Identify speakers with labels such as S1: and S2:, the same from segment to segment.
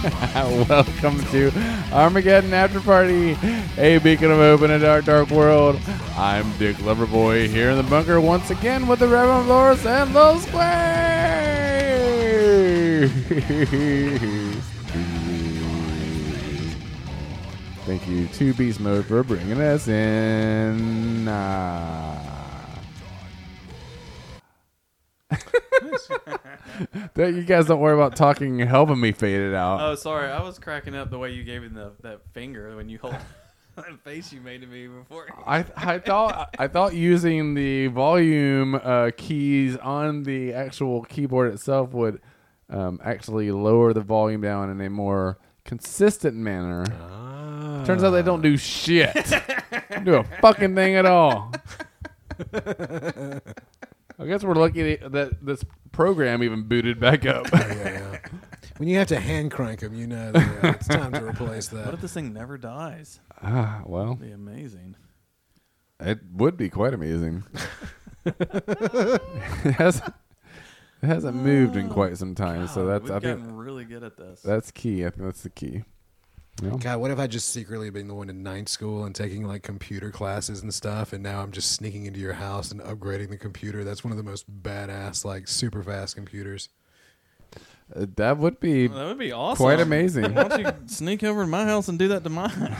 S1: Welcome to Armageddon After Party, a beacon of hope in a dark, dark world. I'm Dick Loverboy here in the bunker once again with the Reverend Loris and Lil Square. Thank you to Beast Mode for bringing us in. Ah. That- you guys don't worry about talking, helping me fade it out.
S2: Oh, sorry. I was cracking up the way you gave me the, that finger when you hold that face you made to me before.
S1: I, I thought I thought using the volume uh, keys on the actual keyboard itself would um, actually lower the volume down in a more consistent manner. Turns out they don't do shit. Don't do a fucking thing at all. I guess we're lucky that this program even booted back up.
S3: Yeah. When you have to hand crank them, you know that, uh, it's time to replace
S2: What if
S3: that.
S2: this thing never dies?
S1: Ah, well,
S2: It'd be amazing.
S1: it would be quite amazing. it, hasn't, it hasn't moved in quite some time, so
S2: God,
S1: that's
S2: we've
S1: I think
S2: gotten really good at this.
S1: That's key. I think that's the key. You know?
S3: God, what if I just secretly been going to ninth school and taking like computer classes and stuff, and now I'm just sneaking into your house and upgrading the computer? That's one of the most badass, like super fast computers.
S1: Uh, that would be
S2: that would be awesome.
S1: quite amazing.
S2: Why don't you sneak over to my house and do that to mine?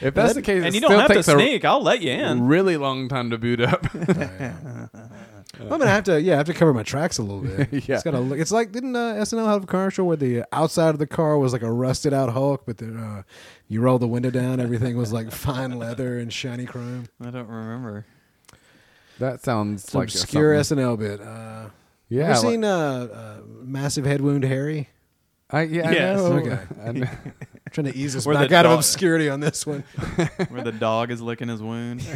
S1: if that's the case,
S2: and
S1: it
S2: you
S1: still
S2: don't have to
S1: takes a
S2: sneak. I'll let you in.
S1: really long time to boot up.
S3: I'm gonna have to, yeah, I have to cover my tracks a little bit.
S1: Yeah.
S3: it's gotta look. It's like didn't uh, SNL have a commercial where the outside of the car was like a rusted out Hulk, but then uh, you roll the window down, everything was like fine leather and shiny chrome.
S2: I don't remember.
S1: that sounds
S3: It's
S1: like
S3: obscure
S1: something.
S3: SNL bit. Uh,
S1: Yeah,
S3: Ever
S1: like-
S3: seen uh, uh, Massive Head Wound Harry?
S1: I, yeah,
S2: Yes.
S1: I know.
S3: Okay.
S1: I know.
S3: trying to ease us
S2: Where
S3: back
S2: the
S3: out of
S2: dog-
S3: obscurity on this one.
S2: Where the dog is licking his wound.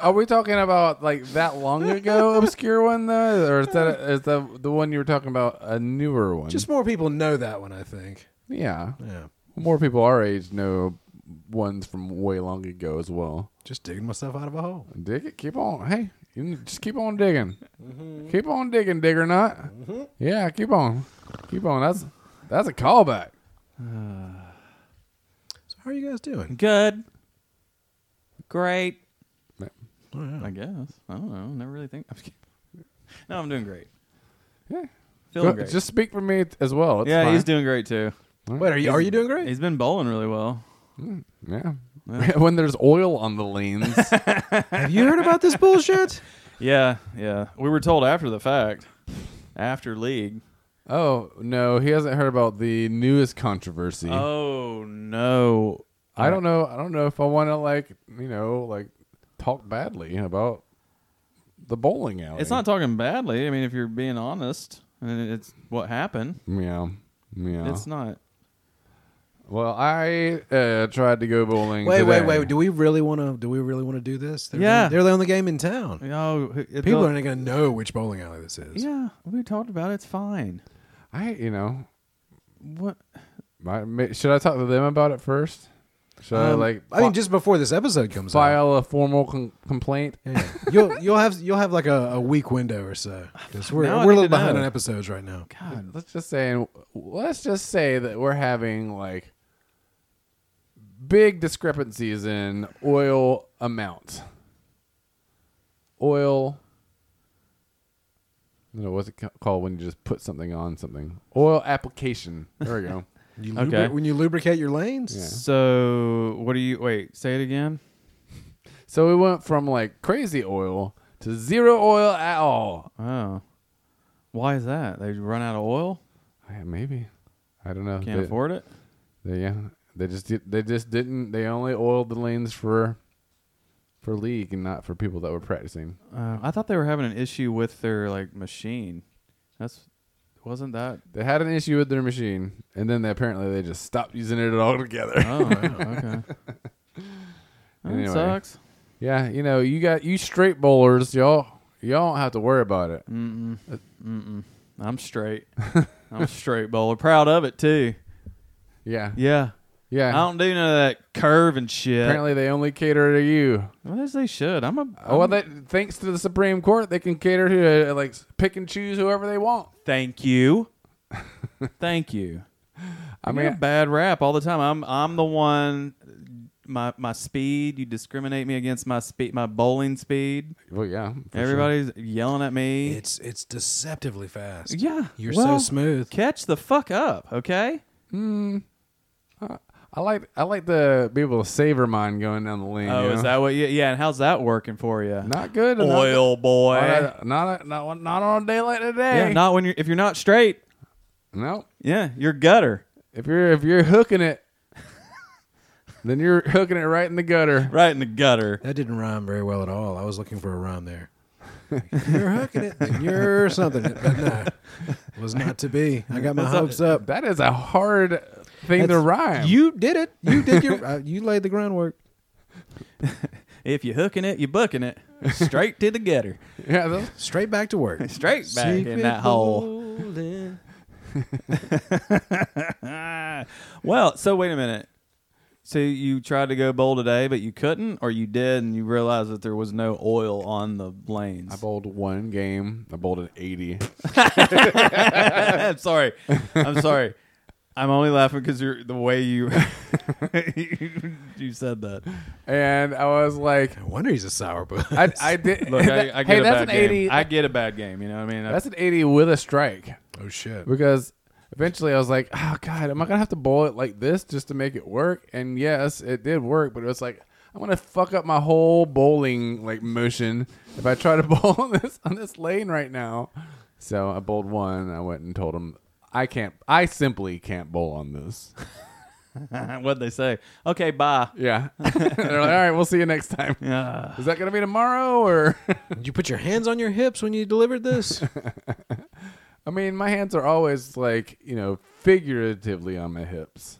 S1: Are we talking about like that long ago obscure one though, or is that is the the one you were talking about a newer one?
S3: Just more people know that one, I think.
S1: yeah,
S3: Yeah.
S1: more people our age know ones from way long ago as well.
S3: Just digging myself out of a hole.
S1: Dig it. Keep on. Hey, you can just keep on digging.
S2: Mm-hmm.
S1: Keep on digging, dig or not. Yeah, keep on. Keep on. That's that's a callback.
S3: So how are you guys doing?
S2: Good. Great.
S3: Oh, yeah.
S2: I guess. I don't know. Never really think. I'm just kidding. no, I'm doing great.
S1: Yeah.
S2: Feeling
S1: Go-
S2: great.
S1: Just speak for me as well. It's
S2: yeah,
S1: fine.
S2: he's doing great too.
S3: Wait, are you are you doing great?
S2: He's been bowling really well.
S1: Yeah.
S2: Yeah.
S1: when there's oil on the lanes.
S3: Have you heard about this bullshit?
S2: Yeah, yeah. We were told after the fact, after league.
S1: oh no, he hasn't heard about the newest controversy.
S2: Oh no!
S1: I don't know. I don't know if I want to like you know like talk badly about the bowling alley.
S2: It's not talking badly. I mean, if you're being honest, and it's what happened.
S1: yeah. Yeah.
S2: It's not.
S1: well, I uh, tried to go bowling.
S3: Wait, wait,
S1: today.
S3: wait. Do we really want to? Do we really want to do this? They're
S2: Yeah.
S3: the- they're the only game in town.
S2: No, oh, it-
S3: People
S2: the-
S3: aren't going to know which bowling alley this is.
S2: Yeah, we talked about it. It's fine.
S1: I you know
S2: What?
S1: My, ma- should I talk to them about it first? Should I
S3: Um,
S1: like
S3: I mean,
S1: fi-
S3: just before this episode comes out,
S1: file a formal com- complaint?
S3: Yeah, yeah. you'll you'll have you'll have like a, a week window or so because we're
S2: Now I
S3: we're a
S2: need
S3: little
S2: to know.
S3: behind on episodes right now.
S2: God,
S1: Let's just say, and let's just say that we're having like big discrepancies in oil amount. Oil. You know what's it ca- called when you just put something on something? Oil application. There we go.
S3: You
S2: Okay.
S3: lubri- when you lubricate your lanes,
S1: Yeah.
S2: So, what do you wait? Say it again.
S1: so we went from like crazy oil to zero oil at all.
S2: Oh, why is that? They run out of oil.
S1: Yeah, maybe. I don't know.
S2: Can't
S1: They-
S2: afford it.
S1: They, yeah, they just did, they just didn't. They only oiled the lanes for for league and not for people that were practicing.
S2: Uh, I thought they were having an issue with their like machine. That's wasn't that?
S1: They had an issue with their machine, and then they, apparently they just stopped using it altogether.
S2: Oh, okay. That
S1: Anyway.
S2: sucks.
S1: yeah, you know, you got you straight bowlers, y'all. Y'all don't have to worry about it.
S2: Mm-mm. Mm-mm. I'm straight. I'm a straight bowler. Proud of it too.
S1: Yeah,
S2: Yeah. I
S1: Yeah.
S2: don't do none of that curve and shit.
S1: Apparently, they only cater to you.
S2: well, as they should. I'm a.
S1: Oh, well, they, thanks to the Supreme Court, they can cater to uh, like pick and choose whoever they want.
S2: thank you. thank you.
S1: I
S2: I mean,
S1: mean,
S2: a bad rap all the time. I'm I'm the one. My my speed. You discriminate me against my speed. My bowling speed.
S1: well, yeah. for sure.
S2: Everybody's yelling at me.
S3: It's it's deceptively fast.
S2: yeah,
S3: You're
S2: well,
S3: so smooth.
S2: Catch the fuck up, okay?
S1: I like I like to be able to savor mine going down the lane.
S2: Oh,
S1: you
S2: is
S1: know?
S2: that what? You, yeah, and how's that working for you?
S1: not good? and not-
S2: Oil boy.
S1: Not, not, not, not on a day like today.
S2: yeah, not when you're if you're not straight.
S1: no.
S2: Yeah, you're gutter.
S1: If you're if you're hooking it, then you're hooking it right in the gutter.
S2: Right in the gutter.
S3: That didn't rhyme very well at all. I was looking for a rhyme there. you're hooking it, then you're something. But no, it was not to be. I got my hopes up.
S1: That is a hard thing to
S3: That's-
S1: rhyme.
S3: You did it. You did your. Uh, you laid the groundwork.
S2: If you're hooking it, you're booking it. Straight to the gutter.
S1: yeah, that's-
S3: Straight back to work.
S2: Straight back in
S3: Secret
S2: that hole.
S3: bowling.
S2: well, so wait a minute. So you tried to go bowl today, but you couldn't, or you did, and you realized that there was no oil on the lanes.
S1: I bowled one game. I bowled an eighty.
S2: I'm sorry. I'm sorry. I'm only laughing because you're the way you you said that.
S1: and I was like,
S3: No wonder he's a sourpuss.
S1: I, I did.
S2: Look, I, I get
S1: hey,
S2: a
S1: that's
S2: bad
S1: an
S2: game.
S1: eighty.
S2: I get a bad game. You know, what I mean, I-
S1: that's an eighty with a strike
S3: oh shit.
S1: because eventually I was like, oh god, am I gonna have to bowl it like this just to make it work? And yes, it did work, but it was like. I'm gonna fuck up my whole bowling like motion if I try to bowl on this on this lane right now. So I bowled one. I went and told him I can't. I simply can't bowl on this.
S2: what'd they say? Okay, bye.
S1: Yeah. They're like, all right, we'll see you next time.
S2: Yeah.
S1: Is that going to be tomorrow or?
S3: Did you put your hands on your hips when you delivered this?
S1: I mean, my hands are always like, you know, figuratively on my hips.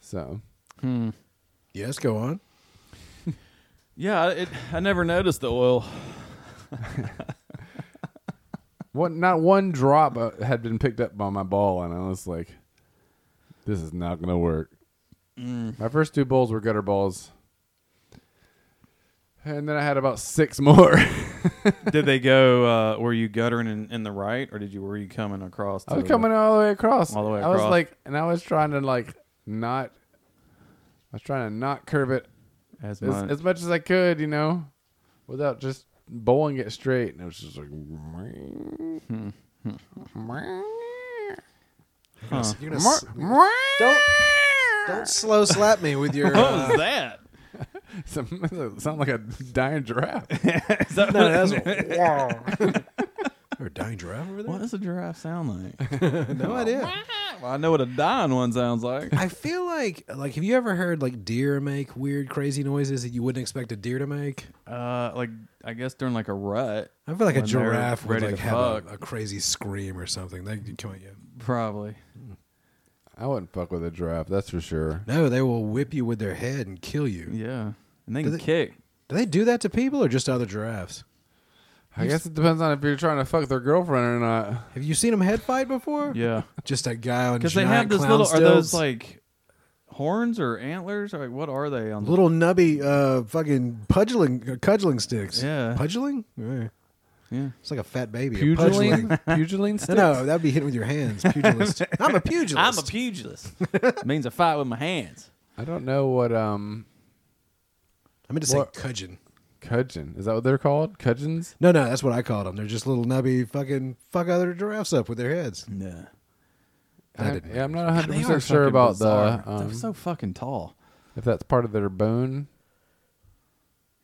S1: So,
S3: yes. Go on.
S2: yeah it, I never noticed the oil.
S1: what not one drop uh, had been picked up by my ball and I was like this is not going to work.
S2: Mm.
S1: My first two bowls were gutter balls. And then I had about six more.
S2: did they go? Uh, were you guttering in, in the right, or did you? Were you coming across?
S1: I
S2: to
S1: was
S2: the-
S1: coming all the way across.
S2: All the way
S1: I was
S2: across.
S1: like, and I was trying to like not. I was trying to not curve it
S2: as
S1: as,
S2: mine.
S1: as much as I could, you know, without just bowling it straight. And it was just like,
S2: Hmm. Huh.
S3: You're gonna s- don't don't slow slap me with your.
S2: What
S3: Uh,
S2: was that?
S1: sound like a dying giraffe.
S2: Is that
S3: no,
S2: what-
S3: that's or dying giraffe over there.
S2: what does a giraffe sound like?
S3: No idea.
S2: well, I know what a dying one sounds like.
S3: I feel like like have you ever heard like deer make weird crazy noises that you wouldn't expect a deer to make?
S2: Uh, like I guess during like a rut,
S3: I feel like a
S2: When they're
S3: giraffe would
S2: ready
S3: like
S2: to
S3: have a,
S2: fuck.
S3: a crazy scream or something. They could come at you.
S2: probably.
S1: I wouldn't fuck with a giraffe, that's for sure.
S3: No, they will whip you with their head and kill you.
S2: Yeah, and they
S3: Do
S2: can
S3: they-
S2: kick.
S3: Do they do that to people or just other giraffes?
S1: I guess it depends on if you're trying to fuck their girlfriend or not.
S3: Have you seen them head fight before?
S2: Yeah,
S3: Just a guy on
S2: because
S3: because
S2: they have this
S3: this
S2: little. Are those like horns or antlers? Or like what are they on? the-
S3: little nubby uh fucking pudgeling uh, cudgeling sticks?
S2: Yeah.
S3: pudgeling. Yeah.
S2: yeah.
S3: It's like a fat baby. a
S1: Pugiling?
S3: pudgeling.
S1: Pugiling
S3: No,
S1: sticks?
S3: no, that'd be hitting with your hands. Pugilist. I'm a
S2: I'm
S3: pugilist.
S2: a pugilist. it means I fight with my hands.
S1: I don't know what, um,
S3: I meant to say
S1: What?
S3: cudgeon.
S1: cudgeon. Is that what they're called? Cudgeons?
S3: No, no, that's what I called them. They're just little nubby fucking fuck other giraffes up with their heads.
S2: Yeah.
S3: I
S1: I,
S3: didn't
S1: yeah, I'm not 100
S2: They are
S1: percent sure
S2: fucking
S1: about
S2: bizarre.
S1: the um,
S2: They're so fucking tall.
S1: if that's part of their bone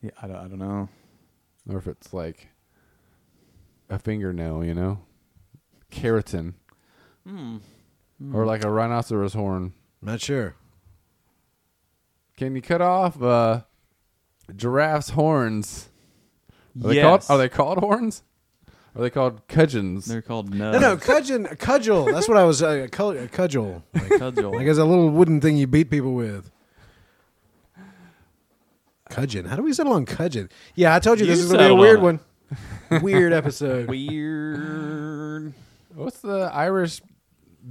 S2: Yeah, I don't, I don't know.
S1: or if it's like a fingernail, you know, keratin,
S2: Hmm.
S1: or like a rhinoceros horn.
S3: I'm not sure.
S1: Can you cut off uh, giraffe's horns? Are they
S2: Yes.
S1: called? Are they called horns? Are they called cudgeons?
S2: They're called nubs.
S3: No, no, cudgeon, cudgel. That's what I was. Uh, cud- uh, cudgel, like,
S2: Cudgel.
S3: like it's a little wooden thing you beat people with. Cudgeon. How do we settle on cudgeon? Yeah, I told you, this
S2: You
S3: is gonna be a
S2: settled
S3: weird
S2: on
S3: one. Weird episode.
S2: Weird.
S1: What's the Irish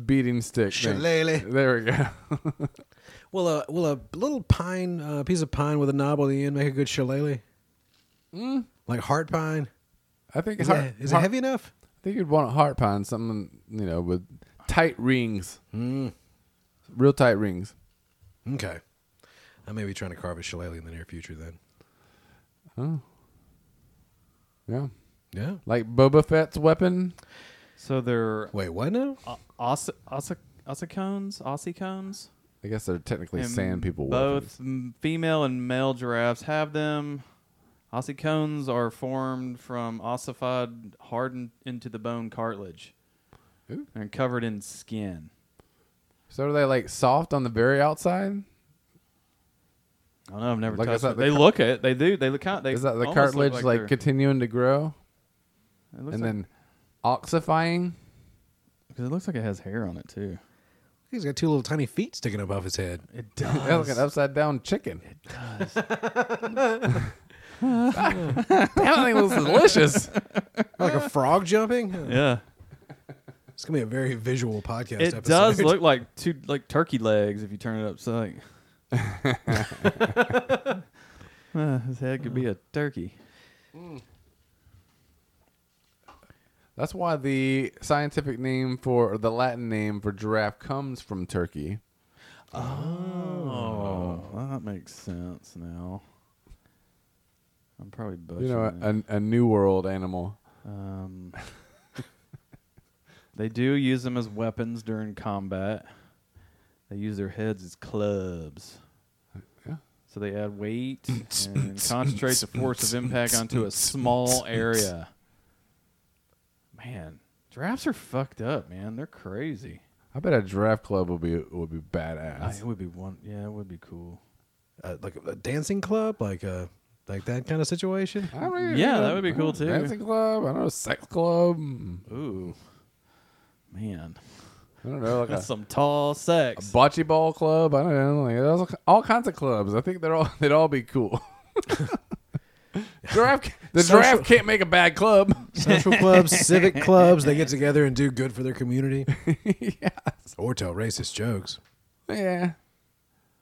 S1: beating stick? thing?
S3: Shillelagh.
S1: There we go.
S3: Will a will a little pine uh, piece of pine with a knob on the end make a good shillelagh?
S2: Mm.
S3: Like heart pine?
S1: I think
S3: Is,
S1: heart-
S3: it, is it
S1: heart-
S3: heavy enough?
S1: I think you'd want a heart pine, something you know with tight rings, real tight rings.
S3: Hmm, Okay. I may be trying to carve a shillelagh in the near future then.
S1: Yeah,
S3: Yeah.
S1: like Boba Fett's weapon.
S2: So they're
S3: Wait, what now?
S2: o- os- os- ossicones, ossicones.
S1: I guess they're technically
S2: And
S1: sand people.
S2: Both
S1: weapons.
S2: m- female and male giraffes have them. Ossicones are formed from ossified, hardened into the bone cartilage,
S1: Ooh.
S2: and covered in skin.
S1: So are they like soft on the very outside?
S2: I don't know. I've never
S1: Like, is
S2: touched.
S1: that
S2: it.
S1: the
S2: they
S1: car-
S2: look it. They do. They look kind. They
S1: Is that the
S2: almost look
S1: cartilage like,
S2: they're-
S1: continuing to grow
S2: it looks
S1: and
S2: like-
S1: then oxifying?
S2: Because it looks like it has hair on it too.
S3: He's got two little tiny feet sticking above his head.
S2: It
S1: Yeah, like an upside down chicken.
S2: does.
S1: that thing looks delicious.
S3: Like a frog jumping?
S2: yeah,
S3: It's going to be a very visual podcast
S2: it
S3: episode.
S2: does look like two like turkey legs if you turn it up. So like, Uh, his head could be a turkey.
S1: That's why the scientific name for or the Latin name for giraffe comes from Turkey.
S2: Oh, well, that makes sense now. I'm probably butchering.
S1: You know,
S2: it.
S1: a, a new world animal.
S2: Um, they do use them as weapons during combat. They use their heads as clubs.
S1: Yeah.
S2: So they add weight and concentrate the force of impact onto a small area. Man, giraffes are fucked up, man. They're crazy. Ah,
S1: I bet a giraffe club would be would be badass.
S2: it would be one. Yeah, it would be cool.
S3: Uh, like a dancing club? Like a, like that kind of situation?
S1: I don't even
S2: Yeah,
S1: know.
S2: that would be cool, too.
S1: Dancing club, I don't know, sex club. I
S2: Ooh, man,
S1: don't know, like a,
S2: that's some tall
S1: a
S2: sex.
S1: bocce ball club. I don't know, like there's all, all kinds of clubs. I think they're all they'd all be cool. giraffe, ca- the
S3: Social-
S1: giraffe can't make a bad club.
S3: Social clubs, civic clubs, they get together and do good for their community
S1: yeah,
S3: or tell racist jokes.
S1: yeah.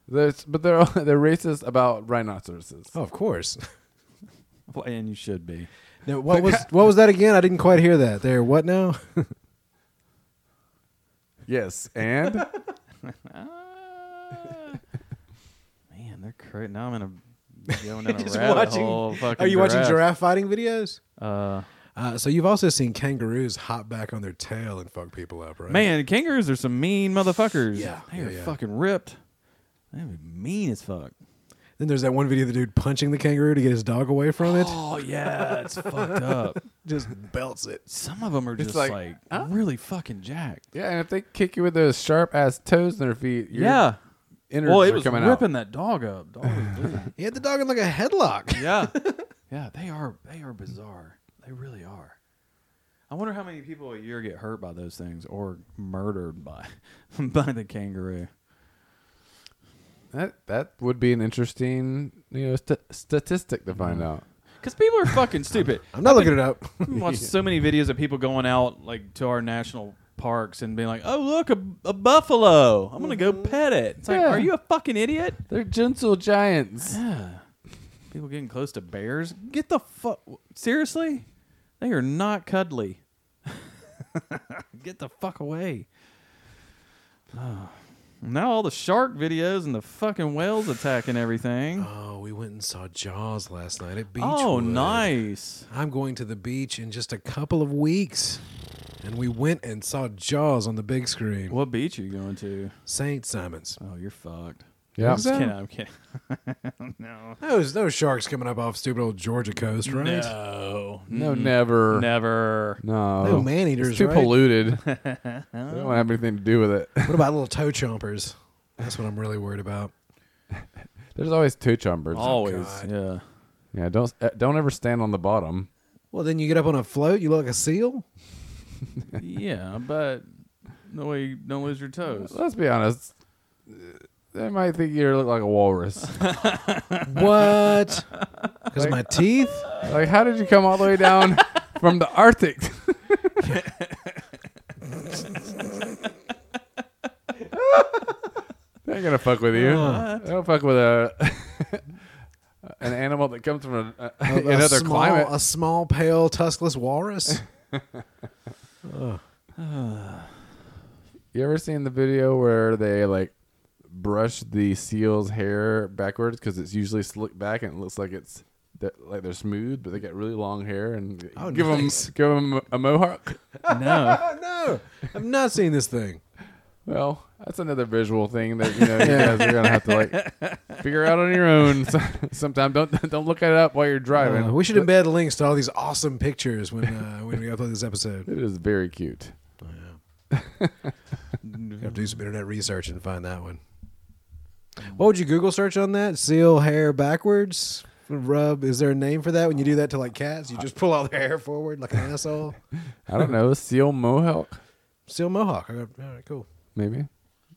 S1: There's, but they're all, they're racist about rhinoceroses.
S3: Oh, of course.
S2: Well, and you should be.
S3: Now, what was what was that again? I didn't quite hear that. There, what now?
S1: Yes, and
S2: Ah. Man, they're crazy. Now I'm in a going in a
S3: Just
S2: rabbit
S3: watching-
S2: hole. Fucking
S3: Are you watching
S2: giraffe?
S3: giraffe fighting videos?
S2: Uh,
S3: Uh, so you've also seen kangaroos hop back on their tail and fuck people up, right?
S2: man, kangaroos are some mean motherfuckers.
S3: Yeah,
S2: they
S3: yeah,
S2: are
S3: yeah.
S2: fucking ripped. They're mean as fuck.
S3: Then there's that one video of the dude punching the kangaroo to get his dog away from it.
S2: Oh yeah, it's fucked up.
S3: Just belts it.
S2: Some of them are
S1: It's
S2: just
S1: like,
S2: like, really fucking jacked.
S1: yeah, and if they kick you with those sharp ass toes in their feet, your
S2: yeah.
S1: innards
S2: Well,
S1: are
S2: it was
S1: coming
S2: ripping
S1: out.
S2: that dog up. Dog was bleeding.
S3: He had the dog in like a headlock.
S2: yeah, yeah. They are they are bizarre. They really are. I wonder how many people a year get hurt by those things or murdered by by the kangaroo.
S1: That that would be an interesting you know st- statistic to find out.
S2: Because people are fucking stupid.
S3: I'm not looking it up.
S2: I've watched so many videos of people going out like to our national parks and being like, "Oh look, a, a buffalo! I'm gonna go pet it." It's like,
S1: Yeah.
S2: are you a fucking idiot?
S1: They're gentle giants.
S2: Yeah. People getting close to bears. Get the fuck seriously? They are not cuddly. Get the fuck away. Ah. now all the shark videos and the fucking whales attacking everything.
S3: Oh, we went and saw Jaws last night at Beachwood.
S2: Oh, nice.
S3: I'm going to the beach in just a couple of weeks, and we went and saw Jaws on the big screen.
S2: What beach are you going to?
S3: St. Simons.
S2: Oh, you're fucked.
S1: Yeah.
S2: I'm just kidding. I'm kidding. no.
S3: Those those sharks coming up off stupid old Georgia coast, right?
S2: No.
S1: No, never.
S2: Never.
S1: No.
S3: No man-eaters,
S1: It's too
S3: right?
S1: polluted. they don't have anything to do with it.
S3: What about little toe chompers? That's what I'm really worried about.
S1: There's always two chumbers.
S2: Oh, Always.
S3: God.
S2: yeah.
S1: Yeah, don't uh, don't ever stand on the bottom.
S3: Well, then you get up on a float, you look like a seal.
S2: yeah, but no way you don't lose your toes.
S1: Let's be honest. They might think you look like a walrus.
S3: What? Because my teeth?
S1: like, how did you come all the way down from the Arctic? that ain't gonna fuck with you.
S2: What?
S1: I don't fuck with a an animal that comes from a, a-
S3: A- a
S1: another
S3: small-
S1: climate.
S3: A small, pale, tuskless walrus.
S1: You ever seen the video where they like brush the seal's hair backwards because it's usually slicked back and it looks like it's they're, like they're smooth, but they got really long hair and
S3: Oh,
S1: give
S3: nice.
S1: them give them a mohawk.
S2: no.
S3: oh no, I've not seen this thing.
S1: Well, that's another visual thing that you know you guys are gonna have to like figure out on your own. So, sometime don't don't look it up while you're driving.
S3: Uh, we should embed links to all these awesome pictures when uh, when we upload this episode.
S1: it is very cute.
S3: We have to do some internet research and find that one. What would you Google search on that? Seal hair backwards. Rub. Is there a name for that when you do that to like cats? You just pull all their hair forward like an asshole.
S1: I don't know seal mohawk
S3: Seal mohawk. I got, all right, cool.
S1: maybe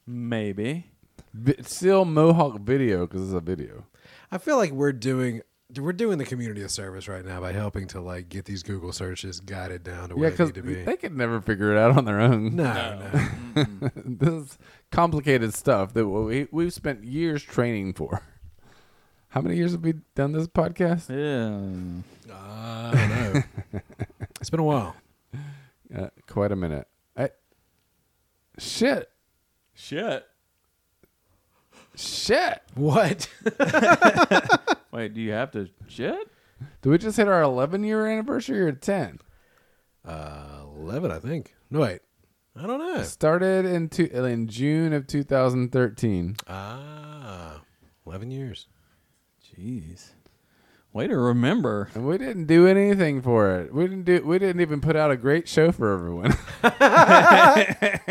S2: Maybe.
S1: Vi- seal mohawk video because it's a video.
S3: I feel like we're doing we're doing the community a service right now by helping to like get these Google searches guided down to
S1: Yeah,
S3: where they
S1: because
S3: need to be.
S1: they could never figure it out on their own.
S3: no, no.
S1: this is complicated stuff that we we've spent years training for. How many years have we done this podcast?
S2: Yeah.
S3: I don't know. Uh, it's been a while.
S1: Uh, quite a minute. I, shit,
S2: Shit.
S1: shit.
S3: What?
S2: Wait, do you have to shit?
S1: Did we just hit our 11 year anniversary or 10?
S3: Uh, Eleven, I think. No, wait. I don't know.
S1: Started in two, in June of 2013.
S3: Ah, eleven years.
S2: Jeez. Way to remember.
S1: And we didn't do anything for it. We didn't do. We didn't even put out a great show for everyone.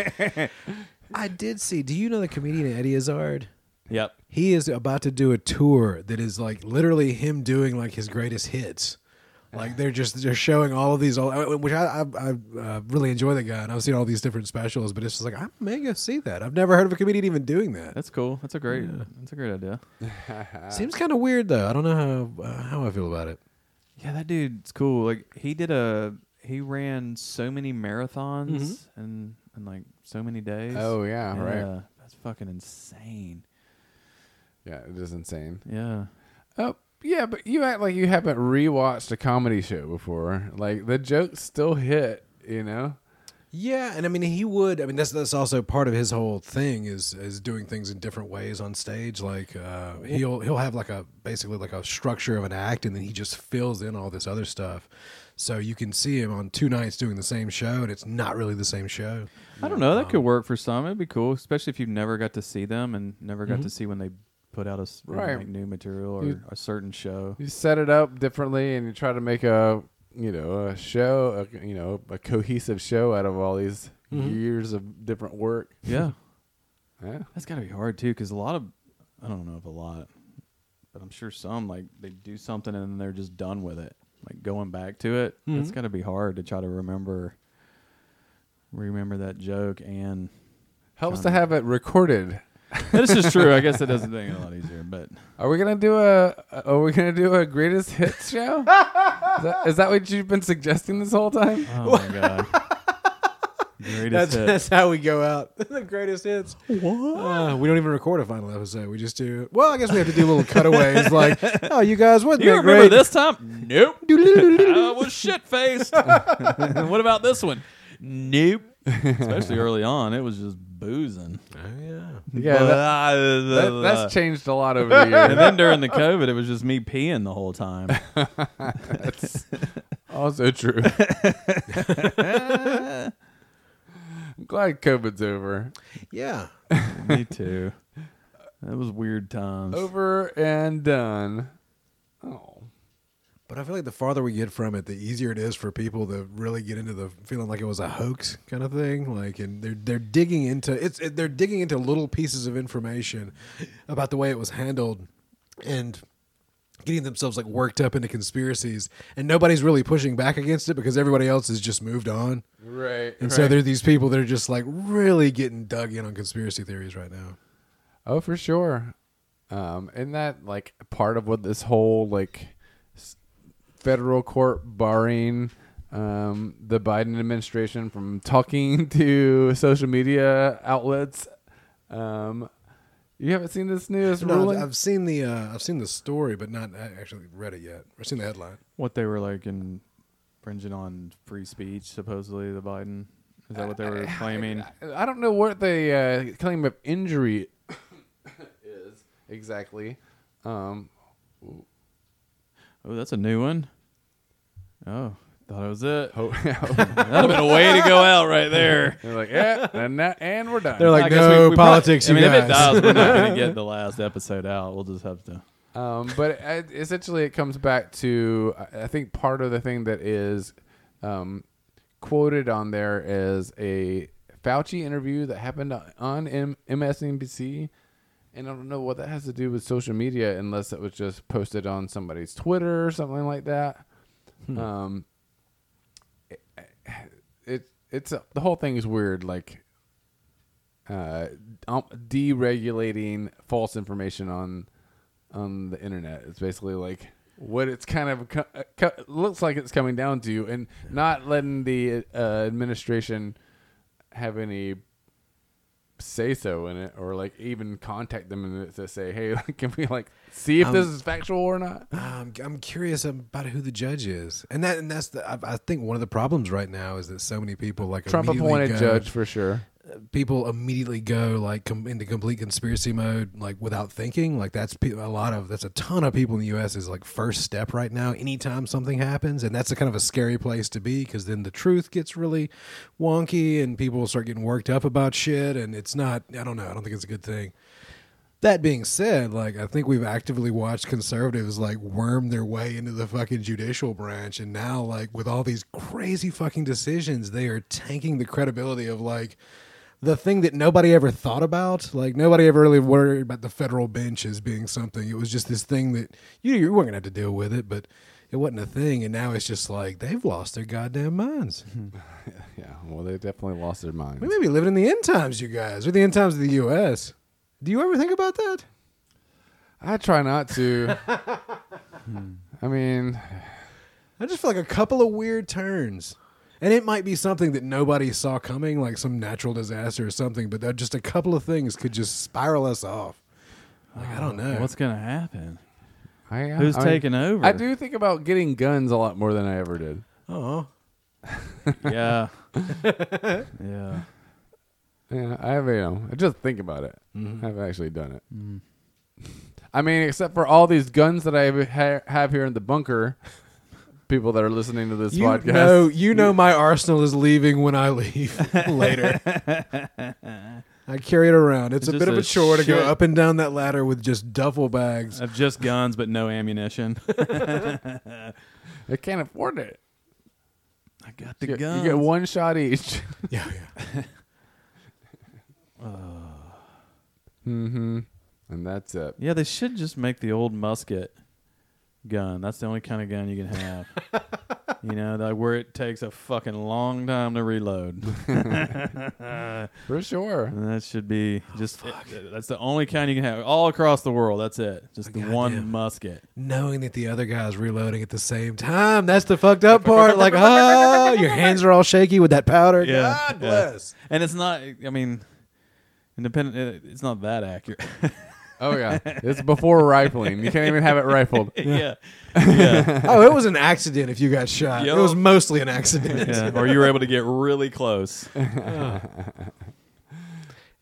S3: I did see. Do you know the comedian Eddie Izzard?
S2: Yep.
S3: He is about to do a tour that is like literally him doing like his greatest hits. Like they're just they're showing all of these, all uh, which I I, I uh, really enjoy the guy, and I've seen all these different specials. But it's just like I may go see that. I've never heard of a comedian even doing that.
S2: That's cool. That's a great that's a great idea.
S3: Seems kind of weird though. I don't know how uh, how I feel about it.
S2: Yeah, that dude's cool. Like he did a he ran so many marathons and and like so many days.
S1: Mm-hmm. oh yeah, right.
S2: Yeah, That's fucking insane.
S1: Yeah, it is insane.
S2: Yeah.
S1: Oh yeah, but you act like you haven't rewatched a comedy show before. Like the jokes still hit. You know.
S3: Yeah, and I mean he would. I mean that's that's also part of his whole thing is is doing things in different ways on stage. Like uh, he'll he'll have like a basically like a structure of an act, and then he just fills in all this other stuff. So you can see him on two nights doing the same show, and it's not really the same show.
S2: I don't know. That could work for some. It'd be cool, especially if you never got to see them and never got to see when they put out a s-
S1: Right.
S2: like, new material or
S1: You-
S2: a certain show.
S1: You set it up differently, and you try to make a you know a show, a, you know a cohesive show out of all these years of different work.
S2: Yeah,
S1: Yeah.
S2: that's got to be hard too, because a lot of I don't know if a lot, but I'm sure some like they do something and then they're just done with it. Like going back to it, it's got to be hard to try to remember remember that joke and.
S1: Helps to have it recorded.
S2: this is true. I guess it doesn't make it a lot easier, but
S1: Are we gonna do a? Are we gonna do a greatest hits show? is, that, is that what you've been suggesting this whole time?
S2: oh my god, greatest hits.
S3: how we go out. the greatest hits. What? we don't even record a final episode. We just do. Well, I guess we have to do little cutaways. like, oh, you guys wasn't
S2: You
S3: that
S2: remember
S3: great.
S2: this time? Nope. I was shit faced. what about this one? Nope. Especially early on, it was just boozing.
S3: Oh yeah.
S1: Yeah, that, that- that's changed a lot over the years.
S2: and then during the COVID, it was just me peeing the whole time.
S1: That's also true. I'm glad COVID's over.
S3: Yeah.
S2: me too. That was weird times.
S1: Over and done. Oh.
S3: But I feel like the farther we get from it, the easier it is for people to really get into the feeling like it was a hoax kind of thing. Like, and they're they're digging into it's it, they're digging into little pieces of information about the way it was handled, and getting themselves like worked up into conspiracies. And nobody's really pushing back against it because everybody else has just moved on.
S1: Right.
S3: And so there are these people that are just like really getting dug in on conspiracy theories right now.
S1: Oh, for sure. Um, isn't that like part of what this whole like s- federal court barring um, the Biden administration from talking to social media outlets um, You haven't seen this newest
S3: No, I've,
S1: ruling?
S3: I've seen the uh, I've seen the story, but not I actually read it yet. I've seen the headline.
S2: What they were like infringing on free speech, supposedly the Biden. Is that what they were claiming?
S1: I I don't know what the uh, claim of injury is exactly. Um,
S2: Oh, that's a new one. Oh, thought it was it.
S1: ho-
S2: That'd have been a way to go out right there.
S1: they're like, yeah, and that, and we're done.
S3: They're like,
S2: I guess
S3: no
S2: we- we probably-
S3: politics,
S2: I mean,
S3: you
S2: if it
S3: guys.
S2: dies, we're not going to get the last episode out. We'll just have to.
S1: um, but it, essentially, it comes back to I I think part of the thing that is um, quoted on there is a Fauci interview that happened on M- MSNBC, and I don't know what that has to do with social media unless it was just posted on somebody's Twitter or something like that. Um, it it's a, the whole thing is weird like uh um, deregulating false information on on the internet it's basically like what it's kind of co- uh, co- looks like it's coming down to and not letting the uh, administration have any say so in it or like even contact them in it to say hey like, can we like see if this
S3: Um,
S1: is factual or not
S3: Um, I'm curious about who the judge is, and that and that's the I, I think one of the problems right now is that so many people like
S1: trump
S3: immediately
S1: appointed
S2: uh,
S3: go-
S1: judge for sure
S3: people immediately go like com- into complete conspiracy mode like without thinking like that's pe- a lot of that's a ton of people in the us is like first step right now anytime something happens and that's a kind of a scary place to be because then the truth gets really wonky and people start getting worked up about shit and it's not i don't know i don't think it's a good thing that being said, like I think we've actively watched conservatives like worm their way into the fucking judicial branch and now like with all these crazy fucking decisions, they are tanking the credibility of like the thing that nobody ever thought about. Like nobody ever really worried about the federal bench as being something. It was just this thing that you you weren't gonna have to deal with it, but it wasn't a thing and now it's just like they've lost their goddamn minds.
S1: yeah well they definitely lost their mind
S3: We may be living in the end times, you guys. We're the end times of the US. Do you ever think about that?
S1: I try not to. I mean,
S3: I just feel like a couple of weird turns. And it might be something that nobody saw coming, like some natural disaster or something, but that just a couple of things could just spiral us off. Like, I don't know.
S2: Oh, What's going to happen?
S1: I,
S2: Who's
S1: I mean,
S2: taking over?
S1: I do think about getting guns a lot more than I ever did.
S3: oh,
S2: Yeah. yeah.
S1: Yeah, I have, you know, I just think about it.
S3: Mm.
S1: I haven't actually done it. I mean, except for all these guns that I ha- have here in the bunker. People that are listening to this
S3: you
S1: podcast,
S3: know, you know, my arsenal is leaving when I leave later. I carry it around.
S2: It's
S3: It's, a
S2: just
S3: bit of
S2: a
S3: a chore to go
S2: shit-
S3: up and down that ladder with just duffel bags.
S2: Of just guns, but no ammunition.
S1: I can't afford it.
S2: I got
S1: You
S2: the
S1: get, you
S2: guns.
S1: get one shot each.
S3: yeah, yeah.
S1: mm-hmm. And that's it.
S2: Yeah, they should just make the old musket gun. That's the only kind of gun you can have. you know, like where it takes a fucking long time to reload.
S1: For sure.
S2: And that should be just that's the only kind you can have all across the world. That's it. Just the one
S3: Goddamn.
S2: musket.
S3: knowing that the other guy's reloading at the same time. That's the fucked up part. Like, oh, your hands are all shaky with that powder.
S2: Yeah,
S3: God
S2: yeah.
S3: bless.
S2: And it's not I mean independent it- it's not that accurate.
S1: Oh yeah. it's before rifling. You can't even have it rifled.
S2: yeah. Yeah.
S3: Oh, it was an accident if you got shot.
S2: Yo.
S3: It was mostly an accident.
S2: yeah. Or you were able to get really close.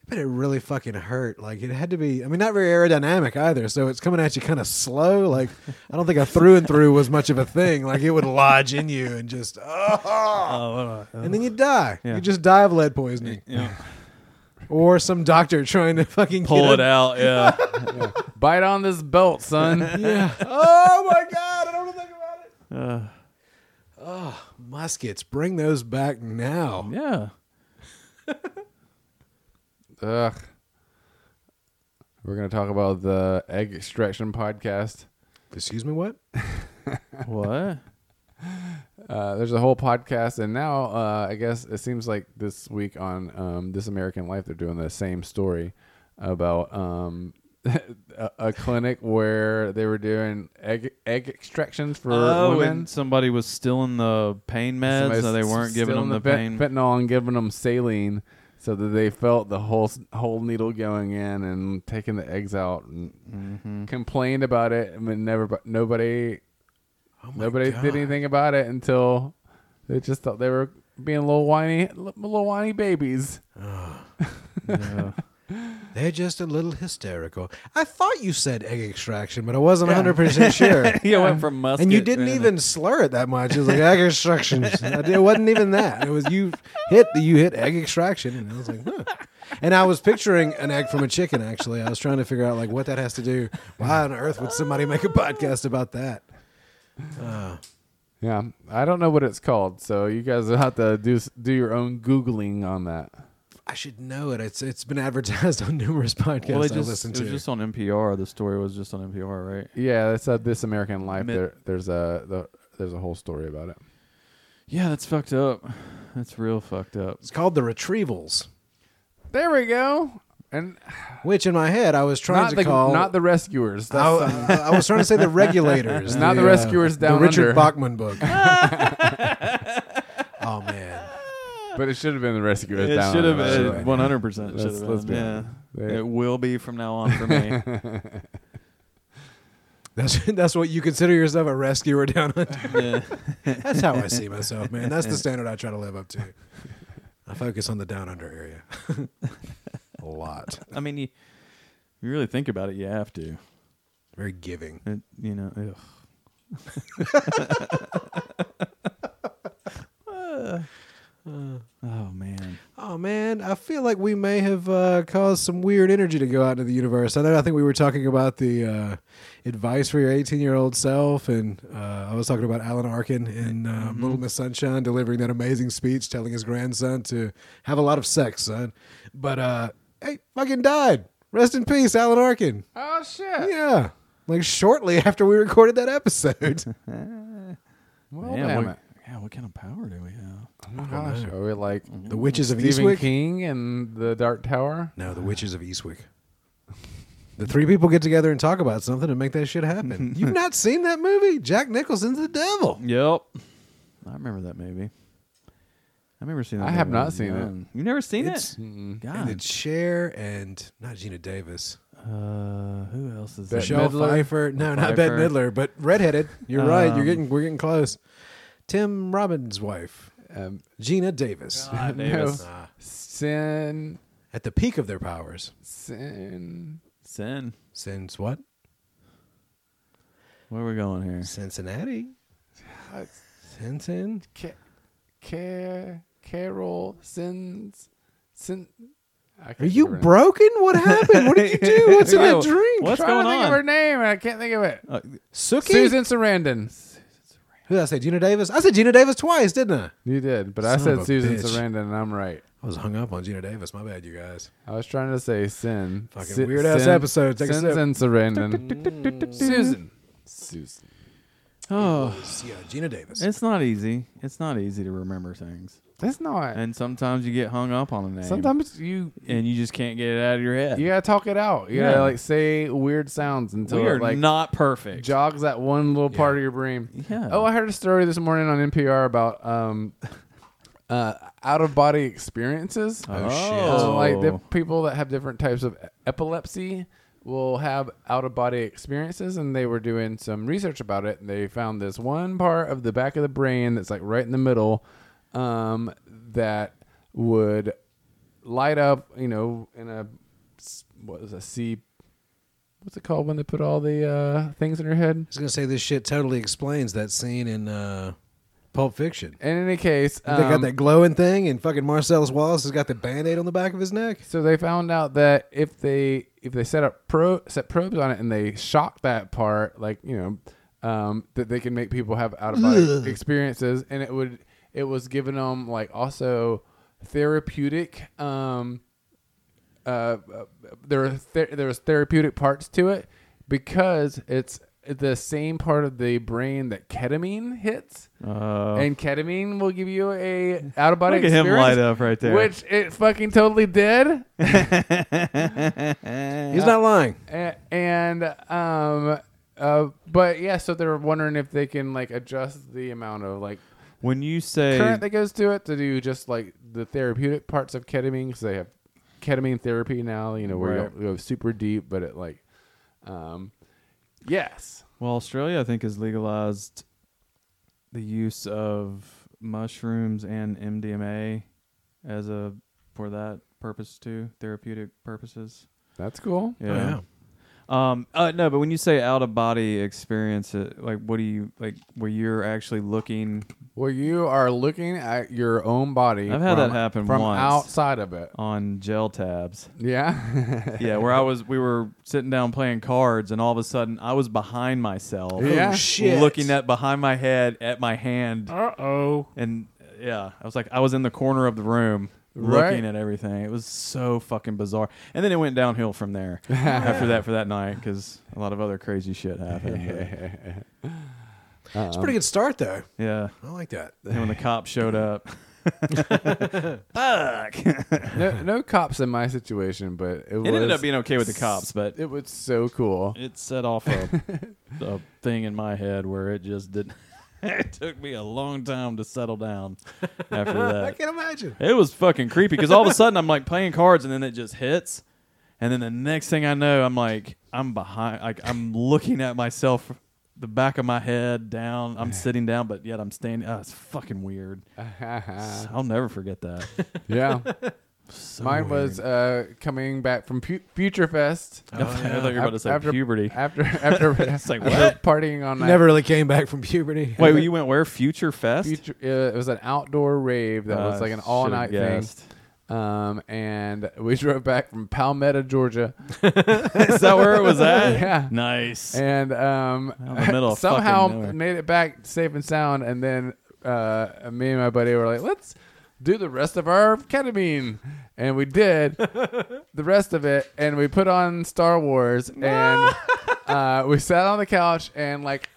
S3: But it really fucking hurt. Like, it had to be, I mean, not very aerodynamic either. So it's coming at you kind of slow. Like, I don't think a through and through was much of a thing. Like, it would lodge in you and just, oh.
S2: Oh,
S3: And then you die.
S2: Yeah.
S3: You just die of lead poisoning.
S2: you know,
S3: Or some doctor trying to fucking
S2: pull
S3: get
S2: it out. Yeah.
S1: Bite on this belt, son.
S3: Yeah. oh my god, I don't want to think about it.
S2: Uh,
S3: Muskets, bring those back now.
S2: yeah.
S1: Ugh. We're gonna talk about the egg extraction podcast.
S3: Excuse me, what?
S2: What?
S1: Uh, there's a whole podcast, and now uh, I guess it seems like this week on um, This American Life they're doing the same story about um, a, a clinic where they were doing egg egg extractions for
S2: oh,
S1: women.
S2: and somebody was still in the pain meds,
S1: Somebody's
S2: so they weren't giving
S1: stealing
S2: them the,
S1: fent-
S2: pain.
S1: fentanyl and giving them saline. so that they felt the whole s- whole needle going in and taking the eggs out and
S2: Mm-hmm.
S1: complained about it. I mean, never, but nobody,
S3: Oh my
S1: nobody did
S3: God.
S1: anything about it until they just thought they were being little whiny, little whiny babies.
S3: They're just a little hysterical. I thought you said egg extraction, but I wasn't 100% sure.
S2: yeah, went from musket.
S3: And you didn't
S2: and-
S3: even slur it that much. It was like egg extraction. It wasn't even that. It was you hit you hit egg extraction, and I was like, huh. And I was picturing an egg from a chicken. Actually, I was trying to figure out like what that has to do. Why on earth would somebody make a podcast about that?
S1: Yeah, I don't know what it's called, so you guys will have to do s- do your own googling on that.
S3: I should know it. It's it's been advertised on numerous podcasts
S2: Well, they
S3: I
S2: just,
S3: listen
S2: it was
S3: to.
S2: just on NPR. The story was just on NPR, right?
S1: Yeah, that's uh, this American Life.
S2: Mid-
S1: there, there's a the, there's a whole story about it.
S2: Yeah, that's fucked up. That's real fucked up.
S3: it's called the Retrievals,
S1: There we go. And
S3: which in my head I was trying
S1: not
S3: to
S1: the
S3: call
S1: not the rescuers.
S3: I,
S1: That's um,
S3: I was trying to say the regulators,
S1: Not the
S3: uh,
S1: rescuers down
S3: the Richard
S1: under.
S3: Bachman book. oh man,
S1: but it should have been the rescuers.
S2: It
S1: down
S2: should have
S1: on the
S2: been
S1: right.
S2: one hundred percent. Should
S1: Let's-
S2: have
S1: let's be
S2: been. Yeah,
S1: They-
S2: it will be from now on for me.
S3: that's that's what you consider yourself a rescuer down under.
S2: yeah.
S3: That's how I see myself, man. That's the standard I try to live up to. I focus on the down under area a lot.
S2: I mean, you, you really think about it, you have to.
S3: Very giving.
S2: It, you know, ugh. oh man,
S3: Oh man, I feel like we may have uh, caused some weird energy to go out into the universe. I know. I think we were talking about the uh, advice for your 18 year old self, and uh, I was talking about Alan Arkin in uh,
S1: Mm-hmm.
S3: Little Miss Sunshine delivering that amazing speech, telling his grandson to have a lot of sex, son. But uh, hey, fucking died. Rest in peace, Alan Arkin.
S1: Oh shit!
S3: Yeah, like shortly after we recorded that episode.
S1: Well,
S2: Man,
S1: damn
S2: what,
S1: it.
S2: yeah, what kind of power do we have?
S1: Oh my gosh, are we like
S3: the Witches of
S1: Stephen
S3: Eastwick.
S1: King and the Dark Tower?
S3: No, the witches of Eastwick. The three people get together and talk about something and make that shit happen. You've not seen that movie? Jack Nicholson's the devil.
S2: Yep, I remember that movie. I remember seeing. That
S1: I have
S2: movie when
S1: not
S2: was
S1: seen it.
S2: young. You've never seen
S3: It's-
S2: it?
S1: Mm-mm.
S3: And
S2: God.
S3: it's Cher and not Gina Davis.
S2: uh, who else is
S1: That
S2: that?
S3: Michelle
S1: Midler?
S3: Pfeiffer. No, not Bette
S2: Pfeiffer.
S3: Midler, but redheaded. You're right. You're
S2: Um,
S3: getting we're getting close. Tim Robbins' wife,
S1: Um,
S3: Gina Davis.
S2: God, Davis.
S1: No.
S3: Ah,
S1: Sin,
S3: at the peak of their powers.
S1: sin.
S2: Sin.
S3: Since what?
S2: Where are we going here?
S3: Cincinnati. Cincinnati.
S1: uh, Ca- Care, Carol, sins, sin. I can't
S3: Are you
S1: remember.
S3: broken? What happened? What did you do? What's in
S2: Yeah,
S3: that drink?
S2: What's
S1: I'm trying
S2: going
S1: to think
S2: on?
S1: of her name and I can't think of it.
S2: Uh,
S3: Sookie?
S1: Susan Sarandon.
S3: Who did I say? Gina Davis? I said Gina Davis twice, didn't I?
S1: You did, but I
S3: Son of
S1: said
S3: a
S1: Susan
S3: bitch.
S1: Sarandon, and I'm right.
S3: I was hung up on Gina Davis. My bad, you guys.
S1: I was trying to say sin.
S3: Fucking
S1: Si-
S3: weird-ass
S1: sin-
S3: episode. Take a
S1: Sins
S3: sip.
S1: and Sarandon. Susan. Susan.
S2: oh,
S3: Yeah, uh, Gina Davis.
S2: it's not easy. It's not easy to remember things,
S1: That's not.
S2: and sometimes you get hung up on a name.
S1: sometimes you
S2: and you just can't get it out of your head.
S1: you gotta talk it out. You
S2: Yeah.
S1: gotta like say weird sounds until
S2: we
S1: it,
S2: are
S1: like
S2: not perfect.
S1: jogs that one little part of your brain.
S2: yeah.
S1: Oh, I heard a story this morning on NPR about um, uh, out of body experiences.
S3: Oh,
S1: So,
S2: Oh.
S1: like the people that have different types of e-, epilepsy will have out of body experiences, and they were doing some research about it, and they found this one part of the back of the brain that's like right in the middle um, that would light up, you know, in a s- what is a C. What's it called when they put all the uh, things in your head?
S3: I was gonna say this shit totally explains that scene in uh, Pulp Fiction.
S1: In any case,
S3: they got
S1: um,
S3: that glowing thing, and fucking Marcellus Wallace has got the band aid on the back of his neck.
S1: So they found out that if they if they set up pro set probes on it and they shock that part, like you know, um, that they can make people have out of body experiences, and it would it was giving them like also therapeutic. Um, uh, uh, there were th- there was therapeutic parts to it because it's the same part of the brain that ketamine hits
S2: Uh,
S1: and ketamine will give you a out of body
S2: Look at him
S1: experience.
S2: light up right there.
S1: which it fucking totally did.
S3: He's not lying.
S1: A- and um, uh, but yeah, so they're wondering if they can like adjust the amount of like
S2: When you say
S1: current that goes to it to do just like the therapeutic parts of ketamine because they have ketamine therapy now. You know where
S2: Right.
S1: you don't go super deep, but it like, um, yes,
S2: Well, Australia, I think, has legalized the use of mushrooms and MDMA as a for that purpose too, therapeutic purposes.
S1: that's cool.
S2: Yeah. Um. Uh, no, but when you say out of body experience, uh, like, what do you like? Where you're actually looking
S1: Well, you are looking at your own body.
S2: I've had
S1: from-
S2: that happen
S1: from
S2: once.
S1: outside of it.
S2: on gel tabs.
S1: Yeah,
S2: yeah, where I was, we were sitting down playing cards, and all of a sudden, I was behind myself.
S1: Yeah.
S3: Oh, shit.
S2: Looking at behind my head at my hand.
S1: Uh oh.
S2: And uh, yeah, I was like, I was in the corner of the room
S1: Right.
S2: looking at everything. It was so fucking bizarre. And then it went downhill from there after that for that night because a lot of other crazy shit happened. but,
S3: It's a pretty good start, though.
S2: yeah.
S3: I like that.
S2: And when the cops showed up, fuck.
S1: no, no cops in my situation, but it, was,
S2: It ended up being okay with the cops, but
S1: it was so cool.
S2: it set off a, a thing in my head where it just didn't. it took me a long time to settle down after that.
S3: I can imagine.
S2: It was fucking creepy because all of a sudden I'm like playing cards and then it just hits, and then the next thing I know I'm like I'm behind, like I'm looking at myself, the back of my head down. I'm sitting down, but yet I'm standing. Oh, it's fucking weird.
S1: Uh,
S2: I'll never forget that.
S1: yeah,
S2: So
S1: mine
S2: weird.
S1: was uh, coming back from pu- Future Fest.
S2: I thought I thought you were about to say
S1: uh, After-
S2: puberty.
S1: after after
S2: It's like,
S1: after partying on that
S3: Never really came back from puberty.
S2: Wait, you went where? Future Fest.
S1: future, uh, it was an outdoor rave that was
S2: Uh,
S1: like an all night
S2: should've
S1: thing.
S2: guessed.
S1: Um, and we drove back from Palmetto, Georgia,
S2: Is that where it was at?
S1: Yeah.
S2: Nice.
S1: and um,
S2: Out in the middle of fucking
S1: somehow
S2: nowhere.
S1: made it back safe and sound. And then uh, me and my buddy were like, let's do the rest of our ketamine, and we did the rest of it, and we put on Star Wars, and uh, we sat on the couch and like.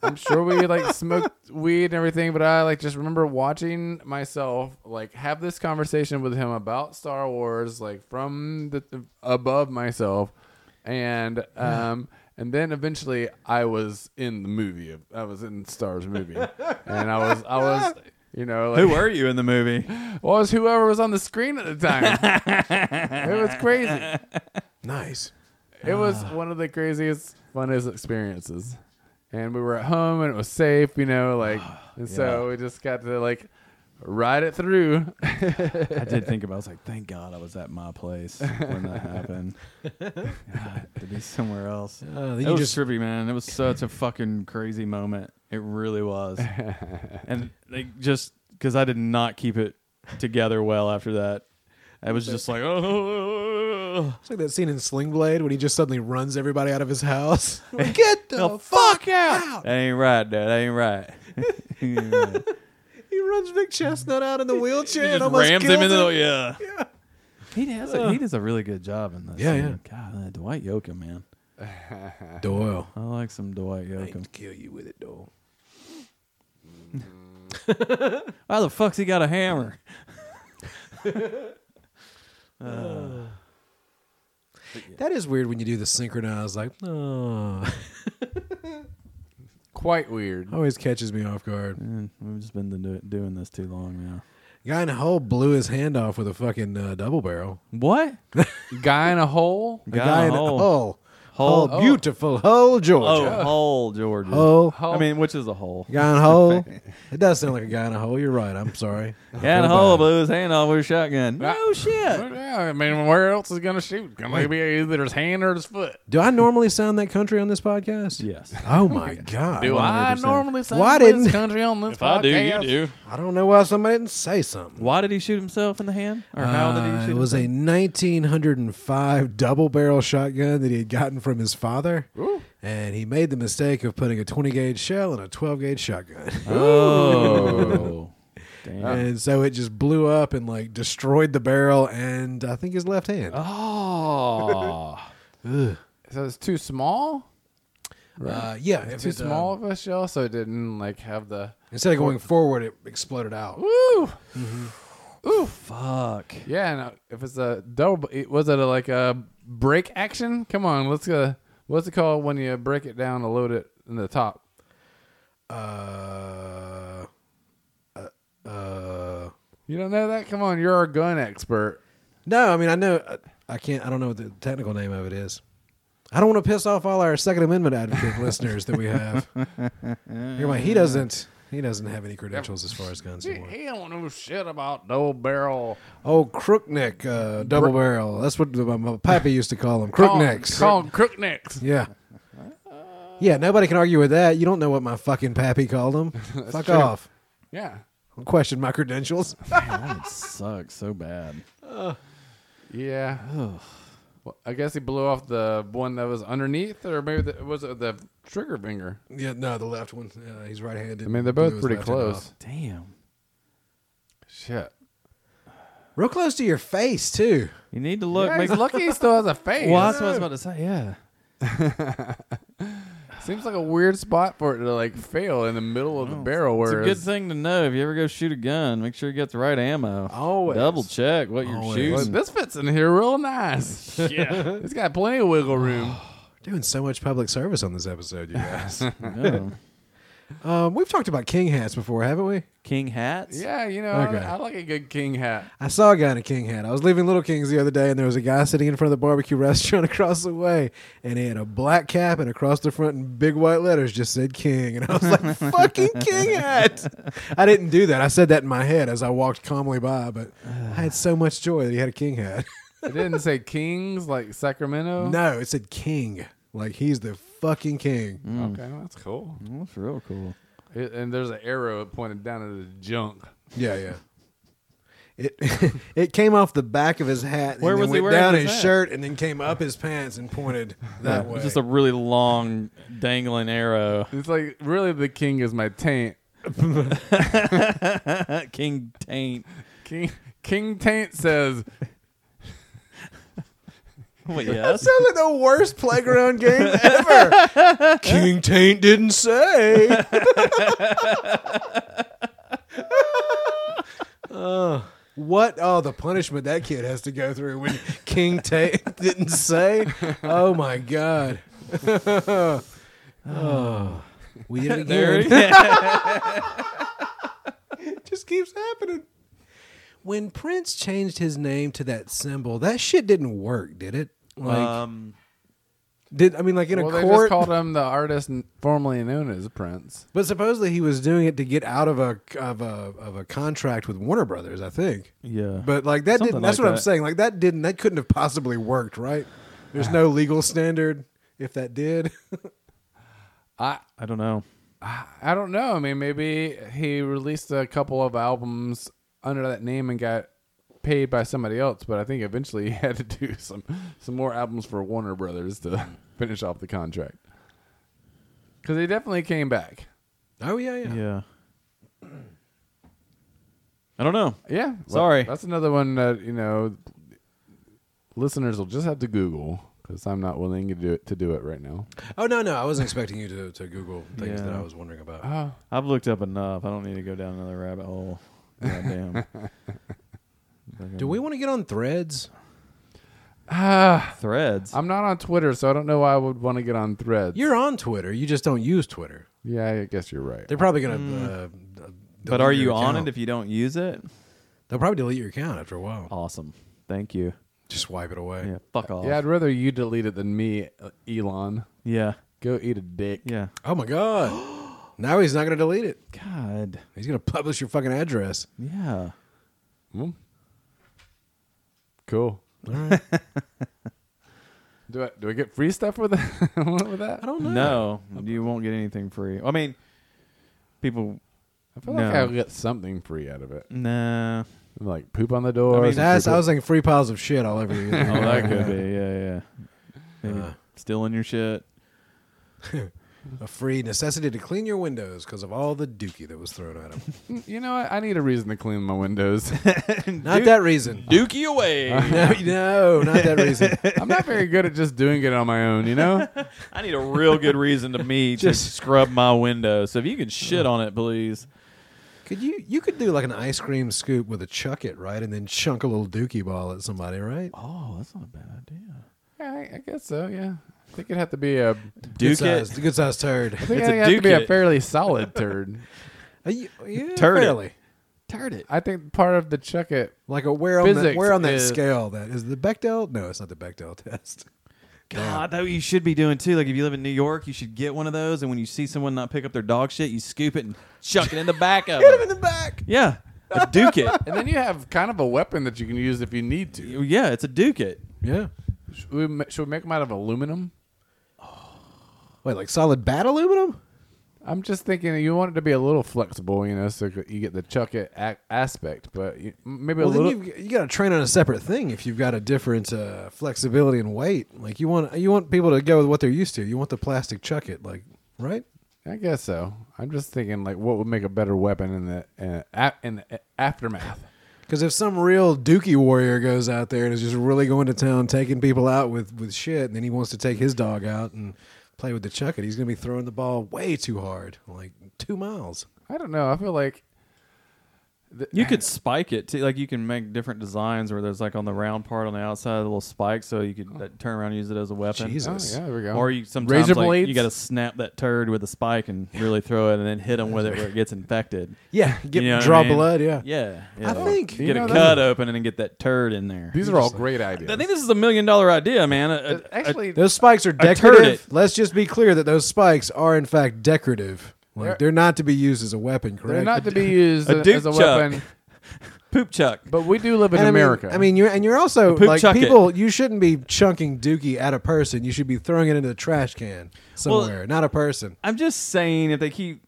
S1: I'm sure we like smoked weed and everything, but I like just remember watching myself like have this conversation with him about Star Wars, like from the above myself, and um, and then eventually I was in the movie. Of, I was in Star Wars movie, and I was I was you know like,
S2: Who were you in the movie?
S1: well, it was whoever was on the screen at the time. it was crazy.
S3: Nice.
S1: It was
S3: Ah.
S1: one of the craziest, funnest experiences. And we were at home and it was safe, you know, like,
S3: Ah,
S1: and so we just got to like ride it through.
S2: I did think about. it. I was like, thank God I was at my place when that happened. God, to be somewhere else.
S3: Uh,
S2: It
S3: you
S2: was
S3: just
S2: trippy, man. It was such a fucking crazy moment. It really was. and like just because I did not keep it together well after that, I was just like, oh,
S3: it's like that scene in Sling Blade when he just suddenly runs everybody out of his house. Like, Get the, fuck out!
S2: that ain't right, dude. That ain't right.
S3: He runs Vic Chestnut out in the wheelchair
S2: Just
S3: and almost
S2: rams
S3: kills
S2: him
S3: him.
S2: into the yeah. He does. A, he does a really good job in this.
S3: Yeah,
S2: scene. God, that Dwight Yoakam, man.
S3: Doyle.
S2: I like some Dwight
S3: I
S2: Yoakam.
S3: can kill you with it, Doyle.
S2: Why the fuck's he got a hammer? Uh,
S3: That is weird when you do the synchronized, like, oh.
S1: Quite weird.
S3: Always catches me off guard.
S2: Man, we've just been do- doing this too long now.
S3: Guy in a hole blew his hand off with a fucking uh, double barrel.
S2: What?
S1: Guy in a hole?
S3: A guy in a hole.
S2: Hole.
S3: Hole, beautiful hole,
S2: Oh,
S3: Georgia.
S2: hole, Georgia.
S3: Hole.
S2: I mean, which is a hole.
S3: Guy in a hole. It does sound like a guy in a hole. You're right. I'm sorry.
S2: Yeah, and a hole blew his hand off with a shotgun.
S1: Ah.
S2: No shit.
S1: Well, yeah, I mean, where else is going to shoot? Gonna be either his hand or his foot.
S3: Do I normally sound that country on this podcast?
S2: Yes.
S3: Oh my god.
S1: Do I
S2: 100%.
S1: normally say
S3: Why
S1: this
S3: didn't-
S1: country on this podcast?
S3: I don't know why somebody didn't say something.
S2: Why did he shoot himself in the hand? Or how did he
S3: Uh,
S2: shoot
S3: it was a 1905 double barrel shotgun that he had gotten from his father, and he made the mistake of putting a 20 gauge shell in a 12 gauge shotgun,
S2: Oh. Damn.
S3: and so it just blew up and like destroyed the barrel and I think his left hand. Uh,
S1: Oh. so it's too small?
S3: Uh, yeah, if
S1: Too
S3: it, uh,
S1: small of a shell, so it didn't like have the.
S3: instead of going forward, it exploded out.
S1: Woo!
S2: Fuck.
S1: Yeah, and uh, if it's a double, it- was it a, like a break action? Come on, let's go. What's it called when you break it down to load it in the top?
S3: Uh, uh,
S1: You don't know that? Come on, you're our gun expert.
S3: No, I mean I know I can't. I don't know what the technical name of it is. I don't want to piss off all our Second Amendment advocate listeners that we have. You're like he doesn't. He doesn't have any credentials as far as guns.
S1: He,
S3: anymore.
S1: he don't know shit about no barrel.
S3: Oh, crookneck, uh, double barrel. That's what my, my pappy used to call them.
S1: Call 'em-
S3: Crooknecks.
S1: Call 'em crooknecks.
S3: Yeah. Yeah, nobody can argue with that. You don't know what my fucking pappy called them. Fuck off.
S1: Yeah.
S3: Don't question my credentials.
S2: That would suck so bad.
S1: Yeah. Well, I guess he blew off the one that was underneath, or maybe the, was it the trigger finger?
S3: yeah, no, the left one. Uh, he's right-handed.
S1: I mean, they're both
S3: Blew
S1: pretty
S3: his left hand
S1: close.
S3: off.
S2: Damn.
S1: Shit.
S3: Real close to your face too.
S2: You need to look.
S1: yeah,
S2: make,
S1: he's lucky he still has a face.
S2: well, that's what I was about to say. Yeah.
S1: Seems like a weird spot for it to like fail in the middle of the
S3: Oh,
S1: barrel.
S2: It's a
S1: Where
S2: good thing to know if you ever go shoot a gun. Make sure you get the right ammo.
S3: Always.
S2: double check what you're
S3: Always.
S1: Well,
S2: shooting.
S1: this fits in here real nice. Yeah, it's got plenty of wiggle room.
S3: Doing so much public service on this episode, you guys.
S2: Yeah.
S3: um, we've talked about king hats before, haven't we?
S2: King hats.
S1: Yeah, you know, I-
S3: Okay.
S1: I, like a good king hat.
S3: I saw a guy in a king hat. I was leaving Little Kings the other day, and there was a guy sitting in front of the barbecue restaurant across the way, and he had a black cap, and across the front in big white letters just said King, and I was like, "Fucking King hat!" I didn't do that. I said that in my head as I walked calmly by, but I had so much joy that he had a king hat.
S1: It didn't say kings like Sacramento.
S3: no, it said King, like he's the fucking king.
S1: Okay, well, that's cool.
S3: Mm.
S2: Well, That's real cool.
S1: It, and there's an arrow pointed down at the junk.
S3: Yeah, yeah. It it came off the back of his hat,
S2: Where
S3: and
S2: was
S3: then
S2: he
S3: went
S2: wearing
S3: down
S2: his
S3: his
S2: hat?
S3: shirt, and then came up his pants and pointed that way.
S2: Just a really long dangling arrow.
S1: It's like really the king is my taint.
S2: King taint.
S1: King King Taint says
S2: Wait, yes.
S3: Sounds like the worst playground game ever. King Taint didn't say. Oh, what? Oh, the punishment that kid has to go through when King Taint didn't say. Oh my God. oh, we did it
S2: There
S3: again.
S2: it is.
S3: It just keeps happening. When Prince changed his name to that symbol, that shit didn't work, did it? Like,
S2: um,
S3: did I mean like in
S1: well,
S3: a
S1: they just
S3: court?
S1: called him the artist n- formerly known as Prince.
S3: But supposedly he was doing it to get out of a of a of a contract with Warner Brothers, I think.
S2: yeah.
S3: But like that
S2: Something
S3: didn't. That's
S2: like
S3: what I'm
S2: that.
S3: saying. Like that didn't. That couldn't have possibly worked, right? There's no legal standard if that did.
S1: I
S2: I don't know.
S1: I don't know. I mean, maybe he released a couple of albums under that name and got paid by somebody else, but I think eventually he had to do some some more albums for Warner Brothers to finish off the contract. Cuz he definitely came back.
S3: oh yeah,
S2: Yeah.
S3: yeah.
S2: I don't know.
S1: Yeah. well,
S2: Sorry.
S1: That's another one that, you know, listeners will just have to Google cuz I'm not willing to do it to do it right now.
S3: Oh no, no, I wasn't expecting you to, to Google things
S2: Yeah.
S3: that I was wondering about.
S1: Oh.
S2: I've looked up enough. I don't need to go down another rabbit hole. Goddamn.
S3: do we want to get on Threads?
S2: threads?
S1: Ah. I'm not on Twitter, so I don't know why I would want to get on Threads.
S3: You're on Twitter. You just don't use Twitter.
S1: yeah, I guess you're right.
S3: They're probably gonna. Uh,
S2: Hmm. but are you on it if you don't use it?
S3: They'll probably delete your account after a while.
S2: Awesome. Thank you.
S3: Just wipe it away.
S2: Oh. Yeah. Fuck off.
S1: Yeah, I'd rather you delete it than me, uh, Elon.
S2: Yeah.
S1: Go eat a dick.
S2: Yeah.
S3: Oh my god! now he's not gonna delete it.
S2: God.
S3: He's gonna publish your fucking address.
S2: Yeah.
S1: Hmm? Cool. do I do I get free stuff with that? with that? I
S3: don't
S2: No, you won't get anything free. I mean, people.
S1: feel like
S2: No.
S1: I'll get something free out of it.
S2: Nah. Oh,
S1: Like poop on the door.
S2: I mean,
S1: some
S3: That's,
S1: free
S3: I was thinking free piles of shit all over you.
S2: Oh, that could be. Yeah, yeah. Maybe
S3: Uh.
S2: stealing your shit.
S3: A free necessity to clean your windows because of all the dookie that was thrown at him.
S1: poop. you know, what? I need a reason to clean my windows.
S3: Not that reason.
S2: Dookie away.
S3: No, no, not that reason.
S1: I'm not very good at just doing it on my own. You know,
S2: I need a real good reason to me to
S3: Just-
S2: scrub my window. So if you could shit on it, please.
S3: Could you? You could do like an ice cream scoop with a chuck it right, and then chunk a little dookie ball at somebody, right?
S2: Oh, that's not a bad idea.
S1: yeah, I, I guess so. Yeah, I think it'd have to be a.
S3: Good
S2: Duke it.
S3: sized, good sized turd.
S1: I think
S2: It's a
S1: it'd have to
S2: duke
S1: be a
S2: it.
S1: fairly solid turd.
S3: Are you- yeah,
S2: Turd it.
S3: fairly.
S2: tired of it.
S1: I think part of the check it.
S3: Like a where on that
S1: Physics
S3: where on that
S1: is-
S3: scale that is the Bechdel? No, it's not the Bechdel test.
S2: God, that what you should be doing too. Like if you live in New York, you should get one of those, and when you see someone not pick up their dog shit, you scoop it and chuck it in the back of
S3: Hit him in
S2: it.
S3: the back.
S2: Yeah, a duke it.
S1: And then you have kind of a weapon that you can use if you need to.
S2: Yeah, it's a duke it.
S3: Yeah.
S1: Should we, ma- should we make them out of aluminum?
S3: Wait, like solid bat aluminum?
S1: I'm just thinking you want it to be a little flexible, you know, so you get the chuck it ac- aspect, but you, maybe
S3: Well,
S1: a little.
S3: then you've, you got to train on a separate thing if you've got a different uh, flexibility and weight. Like you want you want people to go with what they're used to. You want the plastic chuck it, like right?
S1: I guess so. I'm just thinking like what would make a better weapon in the uh, a- in the a- aftermath.
S3: Because if some real Dookie warrior goes out there and is just really going to town, taking people out with with shit, and then he wants to take his dog out and play with the chuck it, he's going to be throwing the ball way too hard, like two miles.
S1: I don't know. I feel like
S2: You could spike it too. Like you can make different designs where there's like on the round part on the outside a little spike, so you could like, turn around and use it as a weapon.
S1: oh,
S3: Jesus.
S1: yeah, there we go.
S2: Or you sometimes
S1: Razor
S2: like,
S1: blades?
S2: you got to snap that turd with a spike and really throw it, and then hit them with it where it gets infected.
S3: Yeah, get
S2: You know what I
S3: draw
S2: mean?
S3: blood. Yeah,
S2: Yeah,
S3: I
S2: yeah.
S3: think-
S1: You
S2: get
S1: know,
S2: a
S1: that-
S2: cut open and then get that turd in there.
S1: these are all great ideas.
S2: I think this is a million dollar idea, man. A- a- a-
S1: actually
S3: Those spikes are
S2: turd
S3: decorative.
S2: it.
S3: Let's just be clear that those spikes are in fact decorative.
S1: They're-
S3: Like they're not to be used as a weapon, correct?
S1: they're not to be used
S2: a
S1: as-
S2: Duke
S1: as a
S2: chuck.
S1: weapon,
S2: poop chuck.
S1: but we do live in
S3: And I mean-
S1: America.
S3: I mean, you're and you're also
S2: poop
S3: like
S2: chuck it.
S3: people. You shouldn't be chunking Dookie at a person. You should be throwing it into the trash can somewhere, not a person.
S2: I'm just saying if they keep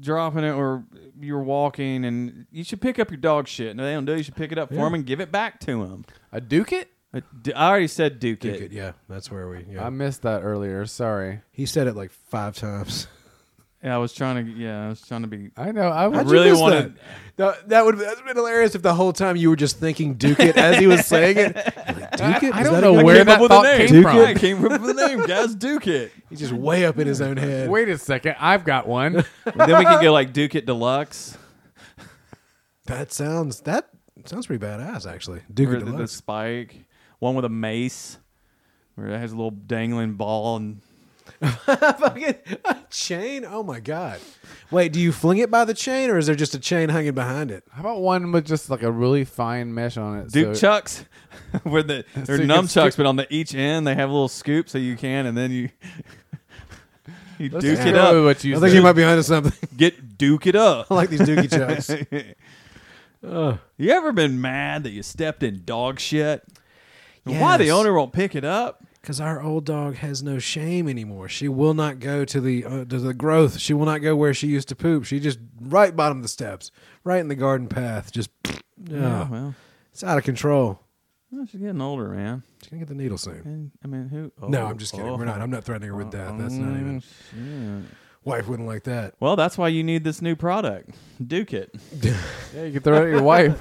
S2: dropping it or you're walking and you should pick up your dog shit and if they don't do it, you should pick it up for 'em for them and give it back to them.
S1: a duke it?
S2: I d- I already said Duke,
S3: Duke
S2: it.
S3: it, yeah, that's where we. Yeah.
S1: I missed that earlier. Sorry.
S3: he said it like five times.
S2: Yeah, I was trying to. Yeah, I was trying to be.
S1: I know. I
S2: I
S1: would
S3: How'd you
S2: really
S3: miss
S2: wanted-
S3: That, That- that would have been hilarious if the whole time you were just thinking Duke it as he was saying it. Like, Duke it?
S1: I
S3: Is
S1: don't
S3: that
S1: know
S3: a good-
S1: where
S2: came
S1: that
S2: up with
S1: thought
S2: a name.
S1: came
S2: Yeah,
S1: from.
S2: I came up with the name, guys. Duke it.
S3: He's just way up in his own head.
S1: Wait a second. I've got one.
S2: then we could go like Duke it deluxe.
S3: That sounds that sounds pretty badass actually. Duke
S2: Or
S3: it
S2: the, the
S3: Deluxe.
S2: spike. One with a mace, where it has a little dangling ball and
S3: fucking a chain. Oh my god! Wait, do you fling it by the chain, or is there just a chain hanging behind it?
S1: How about one with just like a really fine mesh on it?
S2: Duke
S1: so-
S2: chucks, where the they're
S1: you can
S2: nunchucks,
S1: scoop-
S2: but on the each end they have a little scoop, so you can, and then you you
S1: Let's
S2: duke it
S1: throw
S2: up.
S1: What you
S3: I think
S1: said.
S3: you might be onto something.
S2: Get duke it up.
S3: I like these Dookie chucks.
S2: You ever been mad that you stepped in dog shit? And Why the
S3: Yes.
S2: owner won't pick it up?
S3: Because our old dog has no shame anymore. She will not go to the uh, to the growth. She will not go where she used to poop. She just right bottom of the steps, right in the garden path. Just yeah,
S2: well,
S3: it's out of control.
S2: well, she's getting older, man.
S3: She's gonna get the needle soon.
S2: And, I mean, who?
S3: no,
S2: oh, Mm.
S3: I'm just kidding.
S2: oh,
S3: We're not. I'm not threatening her with death. That's not even.
S2: shit.
S3: Wife wouldn't like that.
S2: Well, that's why you need this new product, Duke it.
S1: Yeah, you can throw it at your wife.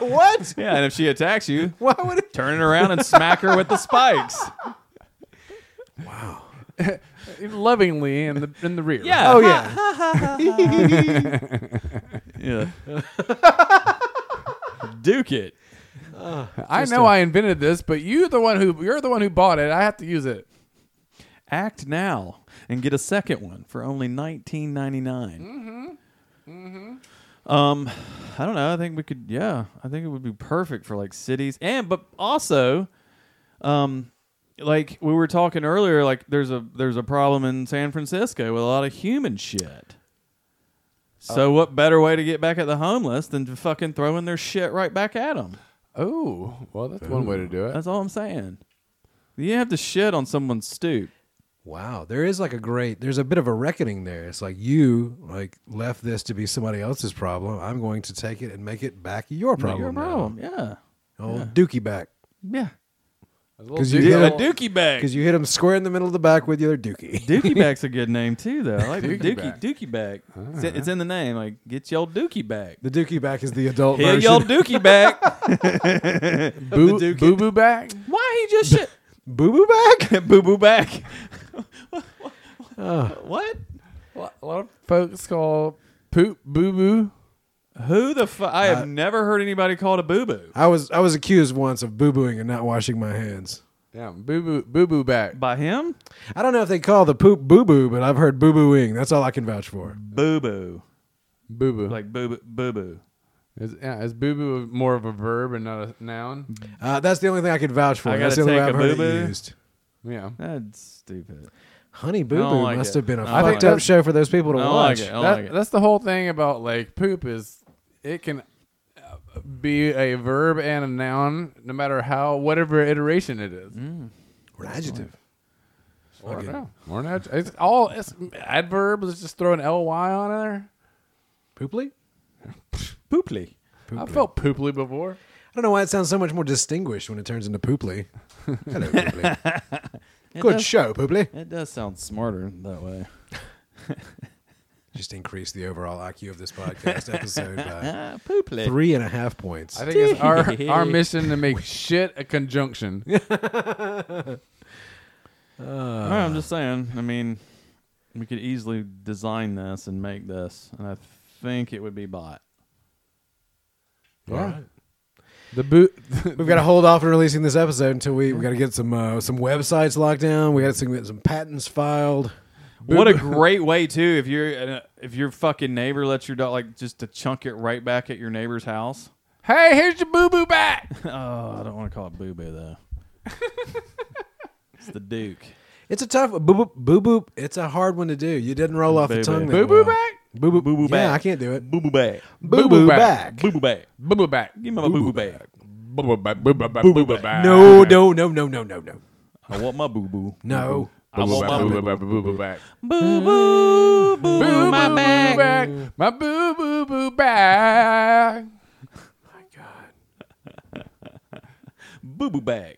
S3: what?
S2: Yeah, and if she attacks you,
S3: Why would it? Oh,
S2: turn it around and smack her with the spikes.
S1: lovingly in the in the rear.
S2: Yeah.
S3: Oh yeah.
S2: Yeah. Duke it.
S1: I know I invented this, but you the one who you're the one who bought it. I have to use it.
S2: Act now and get a second one for only nineteen ninety nine. Mm-hmm. Mm-hmm. Um, I don't know. I think we could. Yeah, I think it would be perfect for like cities and but also, um, like we were talking earlier, like there's a there's a problem in San Francisco with a lot of human shit. So what better way to get back at the homeless than to fucking throwing their shit right back at them?
S1: Oh, well, that's one way to do it.
S2: That's all I'm saying. You have to shit on someone's stoop.
S3: Wow, there is like a great. There's a bit of a reckoning there. It's like you like left this to be somebody else's problem. I'm going to take it and make it back your problem.
S2: Your problem. Yeah.
S3: Oh, Dookie back
S2: Yeah.
S3: because you
S2: Yeah,
S3: hit
S2: a
S3: him,
S2: dookie bag.
S3: because you hit him square in the middle of the back with your Dookie.
S2: Dookie bag's a good name too, though. I like the
S1: Dookie
S2: dookie
S1: bag.
S2: dookie bag. It's, it's in the name. Like, get your dookie bag.
S3: The Dookie back is the adult
S2: Hit your
S3: version.
S2: dookie bag.
S1: Boo boo boo back.
S2: Why he just shit?
S3: Boo boo back.
S2: Boo boo back. Uh, what?
S1: A lot of folks call poop boo boo.
S2: Who the fu- I have never heard anybody called a boo boo
S3: I was I was accused once of boo booing and not washing my hands.
S1: Yeah, boo boo boo boo back.
S2: by him.
S3: I don't know if they call the poop boo boo, but I've heard boo booing. That's all I can vouch for.
S2: Boo boo.
S1: Boo boo.
S2: Like boo boo- boo boo.
S1: is, yeah, is boo boo more of a verb and not a noun?
S3: Uh, that's the only thing I could vouch for.
S2: I
S3: that's the
S2: gotta
S3: only way
S2: take
S3: I've
S2: a
S3: heard
S2: boo-boo.
S3: it used.
S1: Yeah.
S2: That's stupid.
S3: Honey Boo
S2: don't
S3: Boo
S2: like
S3: must
S2: it.
S3: have been a
S2: I don't
S3: fucked
S2: like
S3: up
S2: it.
S3: show for those people to
S2: I don't
S3: watch.
S2: like it. I don't
S1: That-
S2: like it.
S1: That's the whole thing about like poop is it can uh, be a verb and a noun no matter how whatever iteration it is.
S2: Mm-hmm.
S3: Or an adjective.
S1: Or,
S3: Fuck it.
S1: no, or an adj- it's all it's adverb. Let's just throw an ly on there.
S3: Pooply?
S2: Pooply.
S1: I've
S3: Pooply.
S1: felt pooply before.
S3: I don't know why it sounds so much more distinguished when it turns into Pooply. Hello, Pooply.
S2: It
S3: Good
S2: does-
S3: show, Pooply.
S2: It does sound smarter that way.
S3: Just increase the overall IQ of this podcast episode by
S2: Ah, pooply.
S3: three and a half points.
S1: I think it's our our mission to make shit a conjunction.
S2: All right, I'm just saying. I mean, we could easily design this and make this, and I think it would be bot.
S3: All right.
S1: The boot.
S3: We've got to hold off on releasing this episode until we we got to get some uh, some websites locked down. We got to get some patents filed.
S2: What a great way too. If you're uh, if your fucking neighbor lets your dog like just to chunk it right back at your neighbor's house.
S1: hey, here's your boo boo back.
S2: Oh, I don't want to call it boo boo though. it's the Duke.
S3: It's a tough boo boop boo boop. It's a hard one to do. You didn't roll off
S2: Boo
S3: the tongue.
S2: boop.
S1: Boo
S3: that
S1: boo
S3: well.
S1: back.
S3: Boo boop
S2: Boo boo
S3: Yeah,
S2: back.
S3: I can't do it.
S2: Boo boo bag.
S3: Boo boo back.
S2: Boo boo bag.
S1: Boo boo back.
S2: Give me my boo boo bag.
S1: Boo boo back. Boo boo back. Boo boo back.
S3: No, no, no, no, no, no, no,
S2: I want my boo boo.
S3: no.
S2: I
S1: Boo
S2: want my boo
S1: boo
S2: boo.
S1: back. Boo boo back.
S2: Boo boo boo boo my bag.
S1: My boo boo boo back.
S2: Boo boo bag.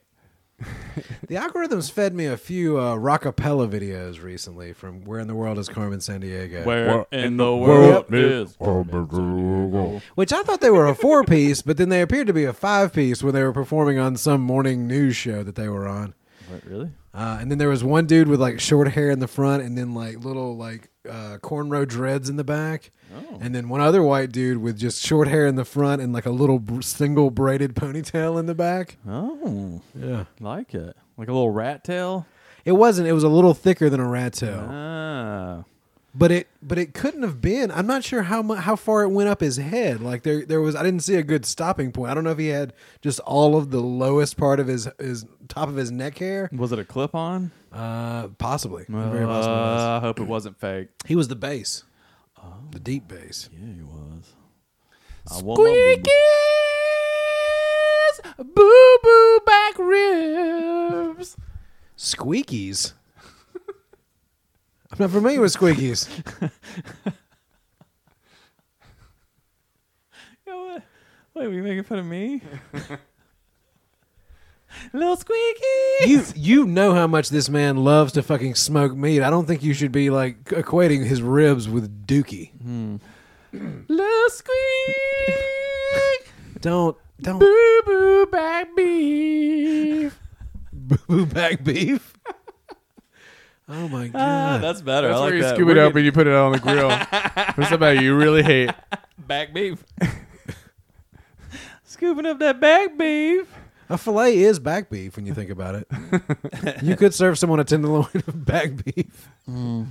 S3: The algorithms fed me a few uh, rockapella videos recently from "Where in the World Is Carmen San Diego,"
S2: Where in the world
S3: world
S2: is
S3: which I thought they were a four piece, but then they appeared to be a five piece when they were performing on some morning news show that they were on.
S2: Wait, really?
S3: Uh, and then there was one dude with like short hair in the front, and then like little like uh, cornrow dreads in the back,
S2: Oh.
S3: and then one other white dude with just short hair in the front and like a little br- single braided ponytail in the back.
S2: Oh,
S3: Yeah,
S2: like it. Like a little rat tail.
S3: it wasn't. It was a little thicker than a rat tail.
S2: Ah.
S3: But it, but it couldn't have been. I'm not sure how mu- how far it went up his head. Like there, there was. I didn't see a good stopping point. I don't know if he had just all of the lowest part of his his top of his neck hair.
S2: Was it a clip on?
S3: Uh, possibly. Very possibly it was.
S2: Uh, I hope it wasn't fake.
S3: He was the bass, the deep bass.
S2: Yeah, he was. I want my boo boo.
S1: Squeakies. Boo boo back ribs.
S3: Squeakies. I'm not familiar with squeakies.
S2: You know what? Wait, were you making fun of me? Little squeaky.
S3: You you know how much this man loves to fucking smoke meat. I don't think you should be like equating his ribs with dookie.
S1: Little squeak.
S3: Don't don't
S1: boo boo back beef.
S3: boo back beef. Oh my
S2: Ah,
S3: god.
S2: that's better.
S1: That's
S2: I like
S1: where you
S2: that.
S1: scoop
S2: We're
S1: it up
S2: getting
S1: and you put it on the grill for somebody you really hate.
S2: back beef. Scooping up that back beef.
S3: a fillet is back beef when you think about it. you could serve someone a tenderloin of back beef.
S1: Ugh.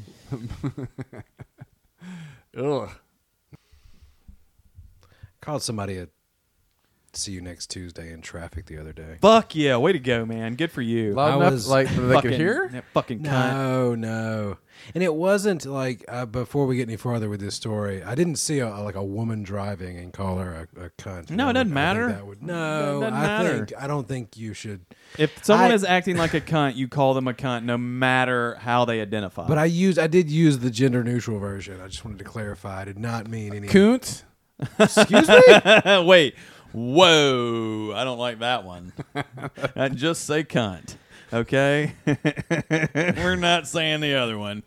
S3: Called somebody a see you next Tuesday in traffic the other day.
S2: Fuck yeah! Way to go, man. Good for you.
S1: Loud
S3: I
S1: enough,
S3: was
S1: like that they
S2: fucking,
S1: could hear.
S2: That fucking cunt.
S3: No, no. And it wasn't like uh, before we get any farther with this story. I didn't see a, like a woman driving and call her a, a cunt.
S2: No, it doesn't
S3: I would- I think
S2: matter.
S3: That would, no,
S2: It doesn't
S3: I
S2: matter.
S3: think I don't think you should.
S2: If someone
S3: I-
S2: is acting like a cunt, you call them a cunt no matter how they identify.
S3: But I used I did use the gender neutral version. I just wanted to clarify. I did not mean any.
S1: Coont.
S3: Excuse me.
S2: wait, whoa! I don't like that one. I just say cunt, okay? We're not saying the other one.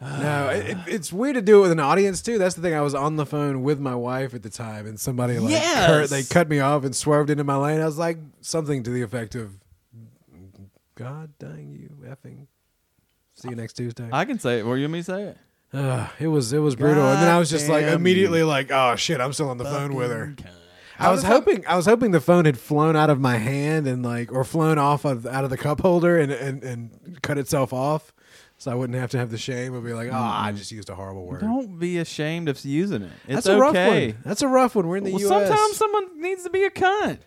S3: No, it, it- it's weird to do it with an audience too. That's the thing. I was on the phone with my wife at the time, and somebody like
S2: Yes.
S3: cur- they cut me off and swerved into my lane. I was like something to the effect of, "God dang you effing." See you next Tuesday.
S2: I can say it. Well, you want me to say it?
S3: Ugh, it was it was brutal, and then I was just like
S2: Goddamn
S3: immediately like, "Oh shit, I'm still on the phone with her."
S2: Cunt.
S3: I was hoping I was hoping the phone had flown out of my hand and like or flown off of, out of the cup holder and, and and cut itself off. so I wouldn't have to have the shame of being like, oh, I just used a horrible word.
S2: Don't be ashamed of using it. It's
S3: That's a rough
S2: okay.
S3: one. That's a rough one. We're in the
S2: Well,
S3: U.S.
S2: sometimes someone needs to be a cunt.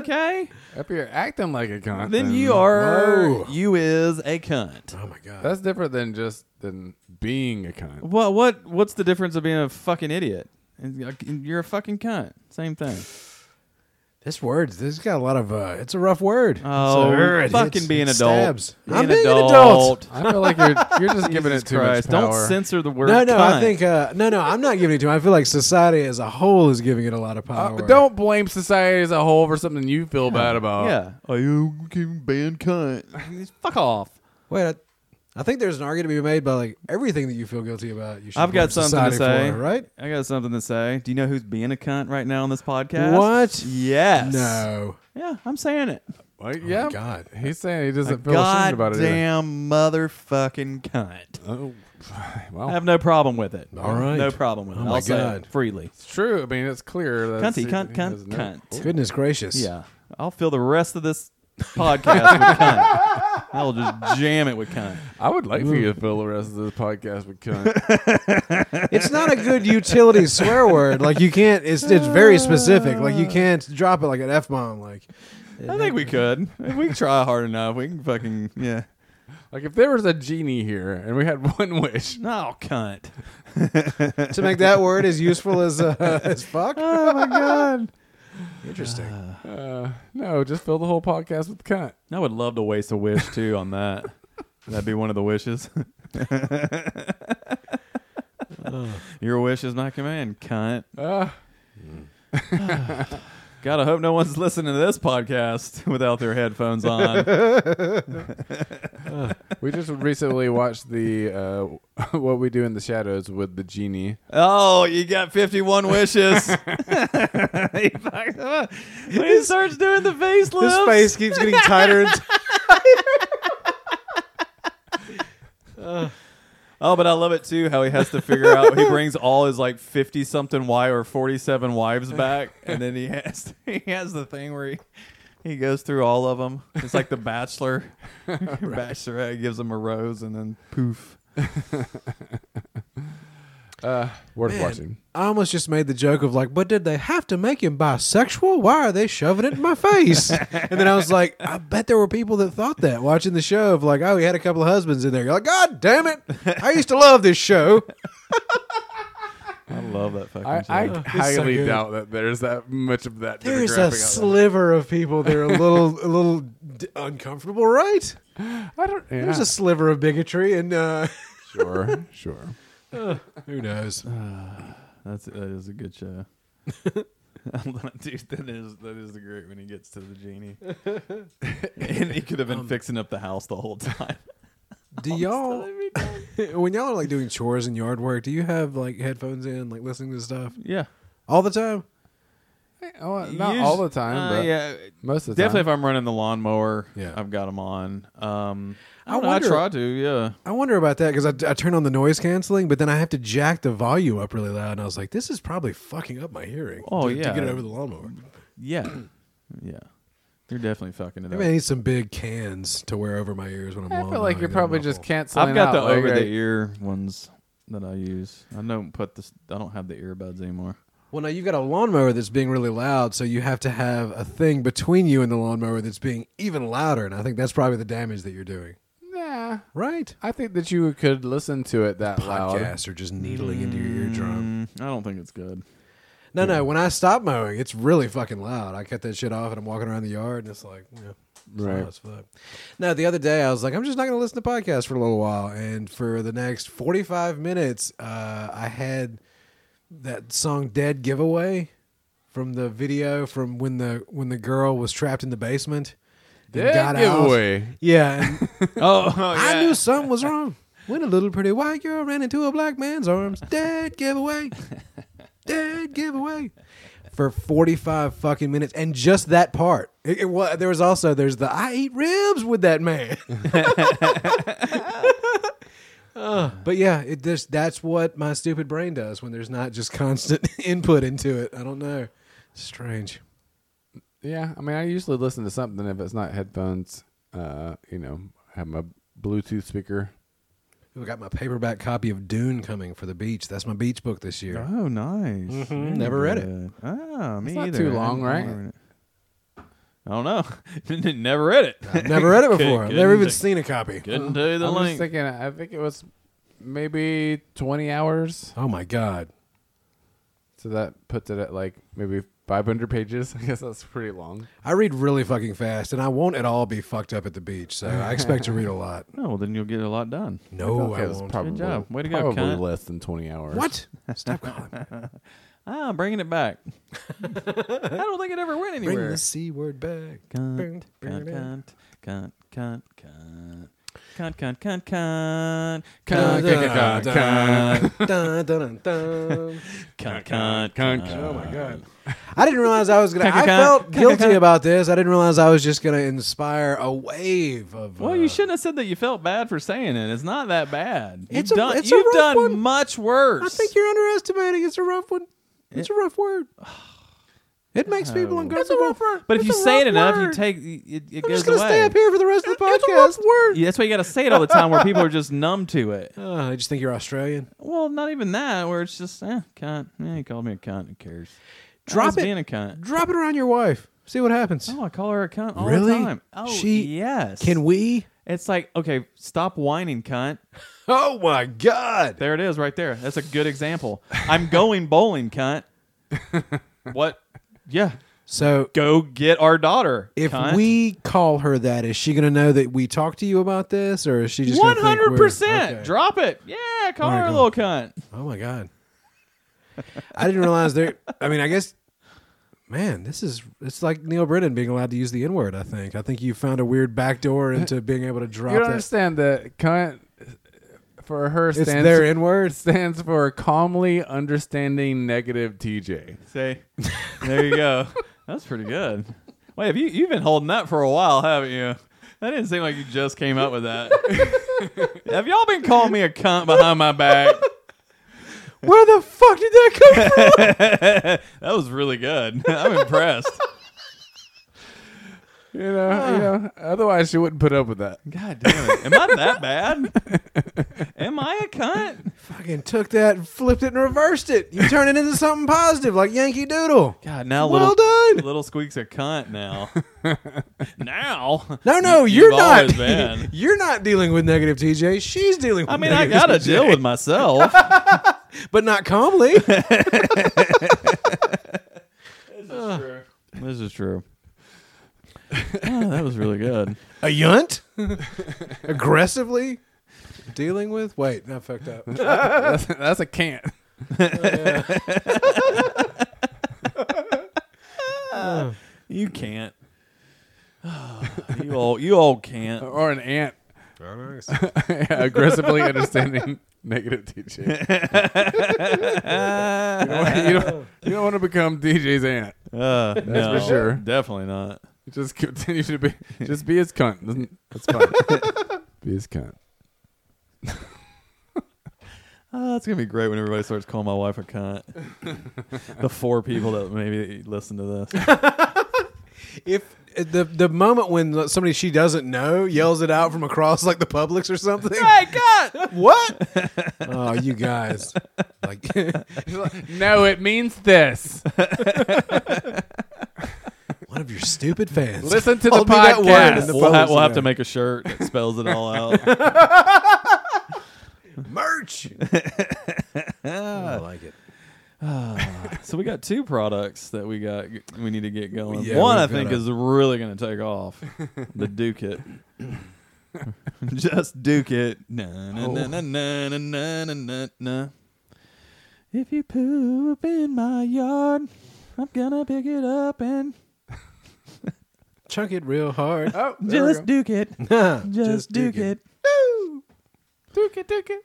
S2: okay?
S1: If you're acting like a cunt,
S2: Then you are
S3: Whoa.
S2: you is a cunt.
S3: oh my god,
S1: That's different than just than being a cunt.
S2: What what what's the difference of being a fucking idiot? And uh, You're a fucking cunt. Same thing.
S3: this word, this has got a lot of. Uh, it's a rough word.
S2: Oh,
S3: It's a- it
S2: fucking
S3: hits-
S2: be an
S3: it
S2: adult.
S3: stabs.
S2: Be
S3: I'm
S2: an
S3: being an
S2: adult.
S3: adult.
S1: I feel like you're you're just giving it
S2: Jesus
S1: too
S2: Christ.
S1: much power.
S2: Don't censor the word
S3: No, no, I
S2: cunt.
S3: think uh, no, no. I'm not giving it to. Him. I feel like society as a whole is giving it a lot of
S1: Uh,
S3: power.
S1: but don't blame society as a whole for something you feel bad about.
S2: Yeah. Are you can ban cunt? Oh. Fuck off.
S3: wait. I, I think there's an argument to be made by like everything that you feel guilty about. You should
S2: I've got
S3: blame
S2: something to
S3: society
S2: say.
S3: for it, right?
S2: I got something to say. Do you know who's being a cunt right now on this podcast?
S3: What?
S2: Yes.
S3: No.
S2: Yeah, I'm saying it.
S1: Like,
S3: Oh
S1: yeah.
S3: my God.
S1: He's saying he doesn't feel ashamed about it. either.
S2: Goddamn motherfucking cunt.
S1: Oh,
S2: I
S1: well,
S2: have no problem with it.
S3: All right.
S2: No problem with it.
S3: Oh
S2: I'll
S3: my
S2: say
S3: God.
S2: it freely.
S1: it's true. I mean, it's clear. That
S2: Cunty, cunt, cunt, cunt.
S3: Goodness gracious.
S2: Yeah. I'll fill the rest of this podcast with cunt. I'll just jam it with cunt.
S1: I would like for you to fill the rest of this podcast with cunt.
S3: It's not a good utility swear word. Like you can't. It's it's very specific. Like you can't drop it like an f bomb. Like
S2: I think we could. If we try hard enough, we can fucking yeah.
S1: like if there was a genie here and we had one wish,
S2: No cunt.
S3: to make that word as useful as uh, as fuck.
S2: Oh my god.
S3: Interesting.
S1: uh, no, just fill the whole podcast with cunt.
S2: I would love to waste a wish too on that. That'd be one of the wishes. Your wish is my command, cunt.
S1: Uh,
S2: Gotta hope no one's listening to this podcast without their headphones on.
S1: we just recently watched the uh, what we do in the shadows with the genie.
S2: oh, you got 51 wishes. he fucks up. when he starts doing the face
S3: His
S2: lifts.
S3: face keeps getting tighter. And
S2: Oh, but I love it too how he has to figure out. He brings all his like fifty something wife or forty seven wives back, and then he has he has the thing where he he goes through all of them. It's like the Bachelor, Bachelorette gives him a rose, and then poof.
S1: Uh, worth
S3: Man,
S1: watching.
S3: I almost just made the joke of like, but did they have to make him bisexual? Why are they shoving it in my face? and then I was like, I bet there were people that thought that watching the show of like, oh, he had a couple of husbands in there. You're like, God damn it. I used to love this show.
S2: I love that fucking.
S1: I, I
S2: show.
S3: so
S1: highly
S3: good.
S1: doubt that there's that much of that.
S3: There's
S1: demographic
S3: a
S1: out there.
S3: sliver of people that are a little a little d- uncomfortable, right?
S1: I don't. Yeah.
S3: There's a sliver of bigotry and uh
S1: sure, sure.
S3: who knows.
S2: That's that is a good show. Dude, that is that is the great when he gets to the genie, and he could have been fixing up the house the whole time.
S3: Do y'all when y'all are like doing chores and yard work, do you have like headphones in, like listening to stuff
S2: Yeah,
S3: all the time?
S1: Oh, not all the time,
S2: Uh,
S1: but
S2: yeah,
S1: most of the
S2: Definitely,
S1: time.
S2: if I'm running the lawnmower,
S3: Yeah.
S2: I've got them on. Um, I,
S3: I
S2: don't know, I
S3: wonder-
S2: try to, yeah.
S3: I wonder about that because I, I turn on the noise canceling, but then I have to jack the volume up really loud, and I was like, "This is probably fucking up my hearing."
S2: Oh,
S3: to,
S2: yeah.
S3: to get it over the lawnmower.
S2: Yeah. yeah. You're definitely fucking it
S3: Maybe I
S2: up.
S3: need some big cans to wear over my ears when I'm.
S1: I
S3: lawn
S1: feel like
S3: mowing,
S1: you're
S3: then
S1: probably
S3: I'm
S1: just
S3: awful.
S1: canceling
S2: I've got the
S1: out. like,
S2: over
S1: I-
S2: the ear ones that I use. I don't put this, I don't have the earbuds anymore.
S3: Well, now you've got a lawnmower that's being really loud, so you have to have a thing between you and the lawnmower that's being even louder, and I think that's probably the damage that you're doing.
S1: Nah,
S3: Right?
S1: I think that you could listen to it that loud.
S3: Podcasts are just needling into your eardrum.
S2: Mm, I don't think it's good.
S3: No, no. When I stop mowing, it's really fucking loud. I cut that shit off, and I'm walking around the yard, and it's like, yeah, it's
S1: Right.
S3: loud as fuck. Now, the other day, I was like, I'm just not going to listen to podcasts for a little while, and for the next 45 minutes, uh, I had that song "Dead Giveaway" from the video from when the when the girl was trapped in the basement. and
S1: Dead
S3: got out.
S1: giveaway.
S3: Yeah, and
S2: Oh,
S3: I knew something was wrong when a little pretty white girl ran into a black man's arms. Dead giveaway. Dead giveaway. For 45 fucking minutes. And just that part. It, it, wa- there was also, there's the I eat ribs with that man. Uh, but yeah, it just, that's what my stupid brain does when there's not just constant input into it. I don't know. Strange.
S1: Yeah, I mean, I usually listen to something if it's not headphones. Uh, you know, have my Bluetooth speaker.
S3: I got my paperback copy of Dune coming for the beach. That's my beach book this year.
S2: Oh, nice.
S3: Mhm. Never read it.
S2: good. Ah, me
S1: It's not
S2: either.
S1: too
S2: I
S1: long,
S2: didn't
S1: right?
S2: remember it. I don't know. Never read it.
S3: I've never read it
S2: Good-
S3: before. I've
S2: good
S3: never even
S2: to-
S3: seen a copy.
S2: Couldn't tell you the
S1: I'm
S2: link.
S1: just thinking. I think it was maybe 20 hours.
S3: Oh my god.
S1: So that puts it at like maybe 500 pages. I guess that's pretty long.
S3: I read really fucking fast, and I won't at all be fucked up at the beach. So I expect to read a lot.
S2: no, well, "Oh, then you'll get a lot done.
S3: No,
S1: Okay,
S3: Oh, I
S1: that's
S3: won't.
S1: Probably,
S2: Good job. Way to go,
S1: probably
S2: cunt.
S1: less than 20 hours.
S3: what? Stop calling.
S2: Ah, I'm bringing it back. I don't think it ever went anywhere.
S3: Bring the c word back.
S2: Cunt, cunt, cunt, cunt, cunt, cunt, cunt, cunt, cunt,
S3: Dun,
S2: cunt,
S3: dun,
S2: cunt,
S3: dun, dun, dun.
S2: cunt, cunt,
S3: Oh
S2: cunt.
S3: my god! I didn't realize I was gonna. I
S2: Cunt, cunt,
S3: felt
S2: cunt,
S3: guilty
S2: cunt.
S3: about this. I didn't realize I was just gonna inspire a wave of.
S2: Well,
S3: uh,
S2: you shouldn't have said that you felt bad for saying it. It's not that bad. You've
S3: It's a-
S2: done,
S3: it's a
S2: you've
S3: rough
S2: done
S3: one.
S2: much worse.
S3: I think you're underestimating. It's a rough one. It's a rough word. It makes people
S2: Oh.
S3: uncomfortable.
S2: but if
S3: It's
S2: you
S3: a
S2: say it
S3: rough
S2: enough, you
S3: word.
S2: take it, it
S3: I'm
S2: goes
S3: just gonna
S2: away.
S3: stay up here for the rest of the podcast.
S2: It's a rough Yeah, that's why you got to say it all the time, where people are just numb to it.
S3: Uh, I just think you're Australian.
S2: Well, not even that. Where it's just, eh, cunt. Eh, he called me a cunt. Who cares? I
S3: Drop
S2: was
S3: it.
S2: Being a cunt.
S3: Drop it around your wife. See what happens.
S2: Oh, I call her a cunt all
S3: Really?
S2: the time. Oh,
S3: She-
S2: yes.
S3: Can we?
S2: It's like, okay, stop whining, cunt.
S3: Oh my God!
S2: There it is, right there. That's a good example. I'm going bowling, cunt. what? Yeah,
S3: So
S2: go get our daughter.
S3: if
S2: cunt.
S3: we call her that, is she gonna know that we talked to you about this, or is she just gonna
S2: one
S3: think we're-
S2: hundred percent
S3: Okay.
S2: drop it, yeah, call
S3: All right,
S2: her a
S3: go.
S2: little cunt.
S3: Oh my god! I didn't realize there. I mean, I guess. Man, this is it's like Neil Brennan being allowed to use the N word. I think. I think you found a weird backdoor into being able to drop
S1: You don't
S3: that.
S1: understand that cunt for her
S3: It's
S1: stands
S3: their N word.
S1: stands for calmly understanding negative TJ.
S2: Say, there you go. That's pretty good. Wait, have you you've been holding that for a while, haven't you? That didn't seem like you just came up with that. have y'all been calling me a cunt behind my back?
S3: Where the fuck did that come from?
S2: that was really good. I'm impressed.
S1: You know, you know. Otherwise, she wouldn't put up with that.
S2: God damn it. Am I that bad? Am I a cunt?
S3: Fucking took that and flipped it and reversed it. You turn it into something positive, like Yankee Doodle.
S2: God, now
S3: Well
S2: little
S3: done.
S2: little squeak's a cunt now. now.
S3: No, no,
S2: You've
S3: you're
S2: always
S3: not.
S2: been.
S3: You're not dealing with negative TJ. She's dealing. with
S2: I mean, I
S3: negative
S2: gotta
S3: TJ,
S2: deal with myself.
S3: but not calmly.
S2: This is true. Oh, that was really good.
S3: a yunt aggressively dealing with wait not fucked up
S1: That's, that's a can't.
S2: You can't. you old, you old can't.
S1: or an ant aggressively understanding negative TJ.
S2: Uh,
S1: you, don't, want- you don't- you don't want to become DJ's aunt.
S2: Uh, That's
S1: for sure.
S2: Definitely not.
S1: Just continue to be, just be his cunt. Doesn't- That's fine. be his cunt.
S2: Oh, it's gonna be great when everybody starts calling my wife a cunt. the four people that maybe listen to this.
S3: if uh, the the moment when somebody she doesn't know yells it out from across like the Publix or something
S2: God!
S3: what oh you guys like
S1: No, it means this.
S3: one of your stupid fans
S1: Listen to the
S3: Told me that word in
S1: podcast.
S3: the
S2: We'll, ha-
S3: photos
S2: we'll have to
S3: today.
S2: make a shirt that spells it all out.
S3: merch I like it
S2: so we got two products that we got we need to get going.
S3: Yeah,
S2: One I
S3: we've
S2: think
S3: gotta-
S2: is really gonna take off. the Duke it. Just Duke it. Na, na, na, na, na, na, na, na, na, na. If you poop in my yard, I'm gonna pick it up and
S3: chunk it real hard
S1: Oh, there we
S2: just duke it.
S3: just,
S2: Just duke it.
S1: go. Duke it, duke it,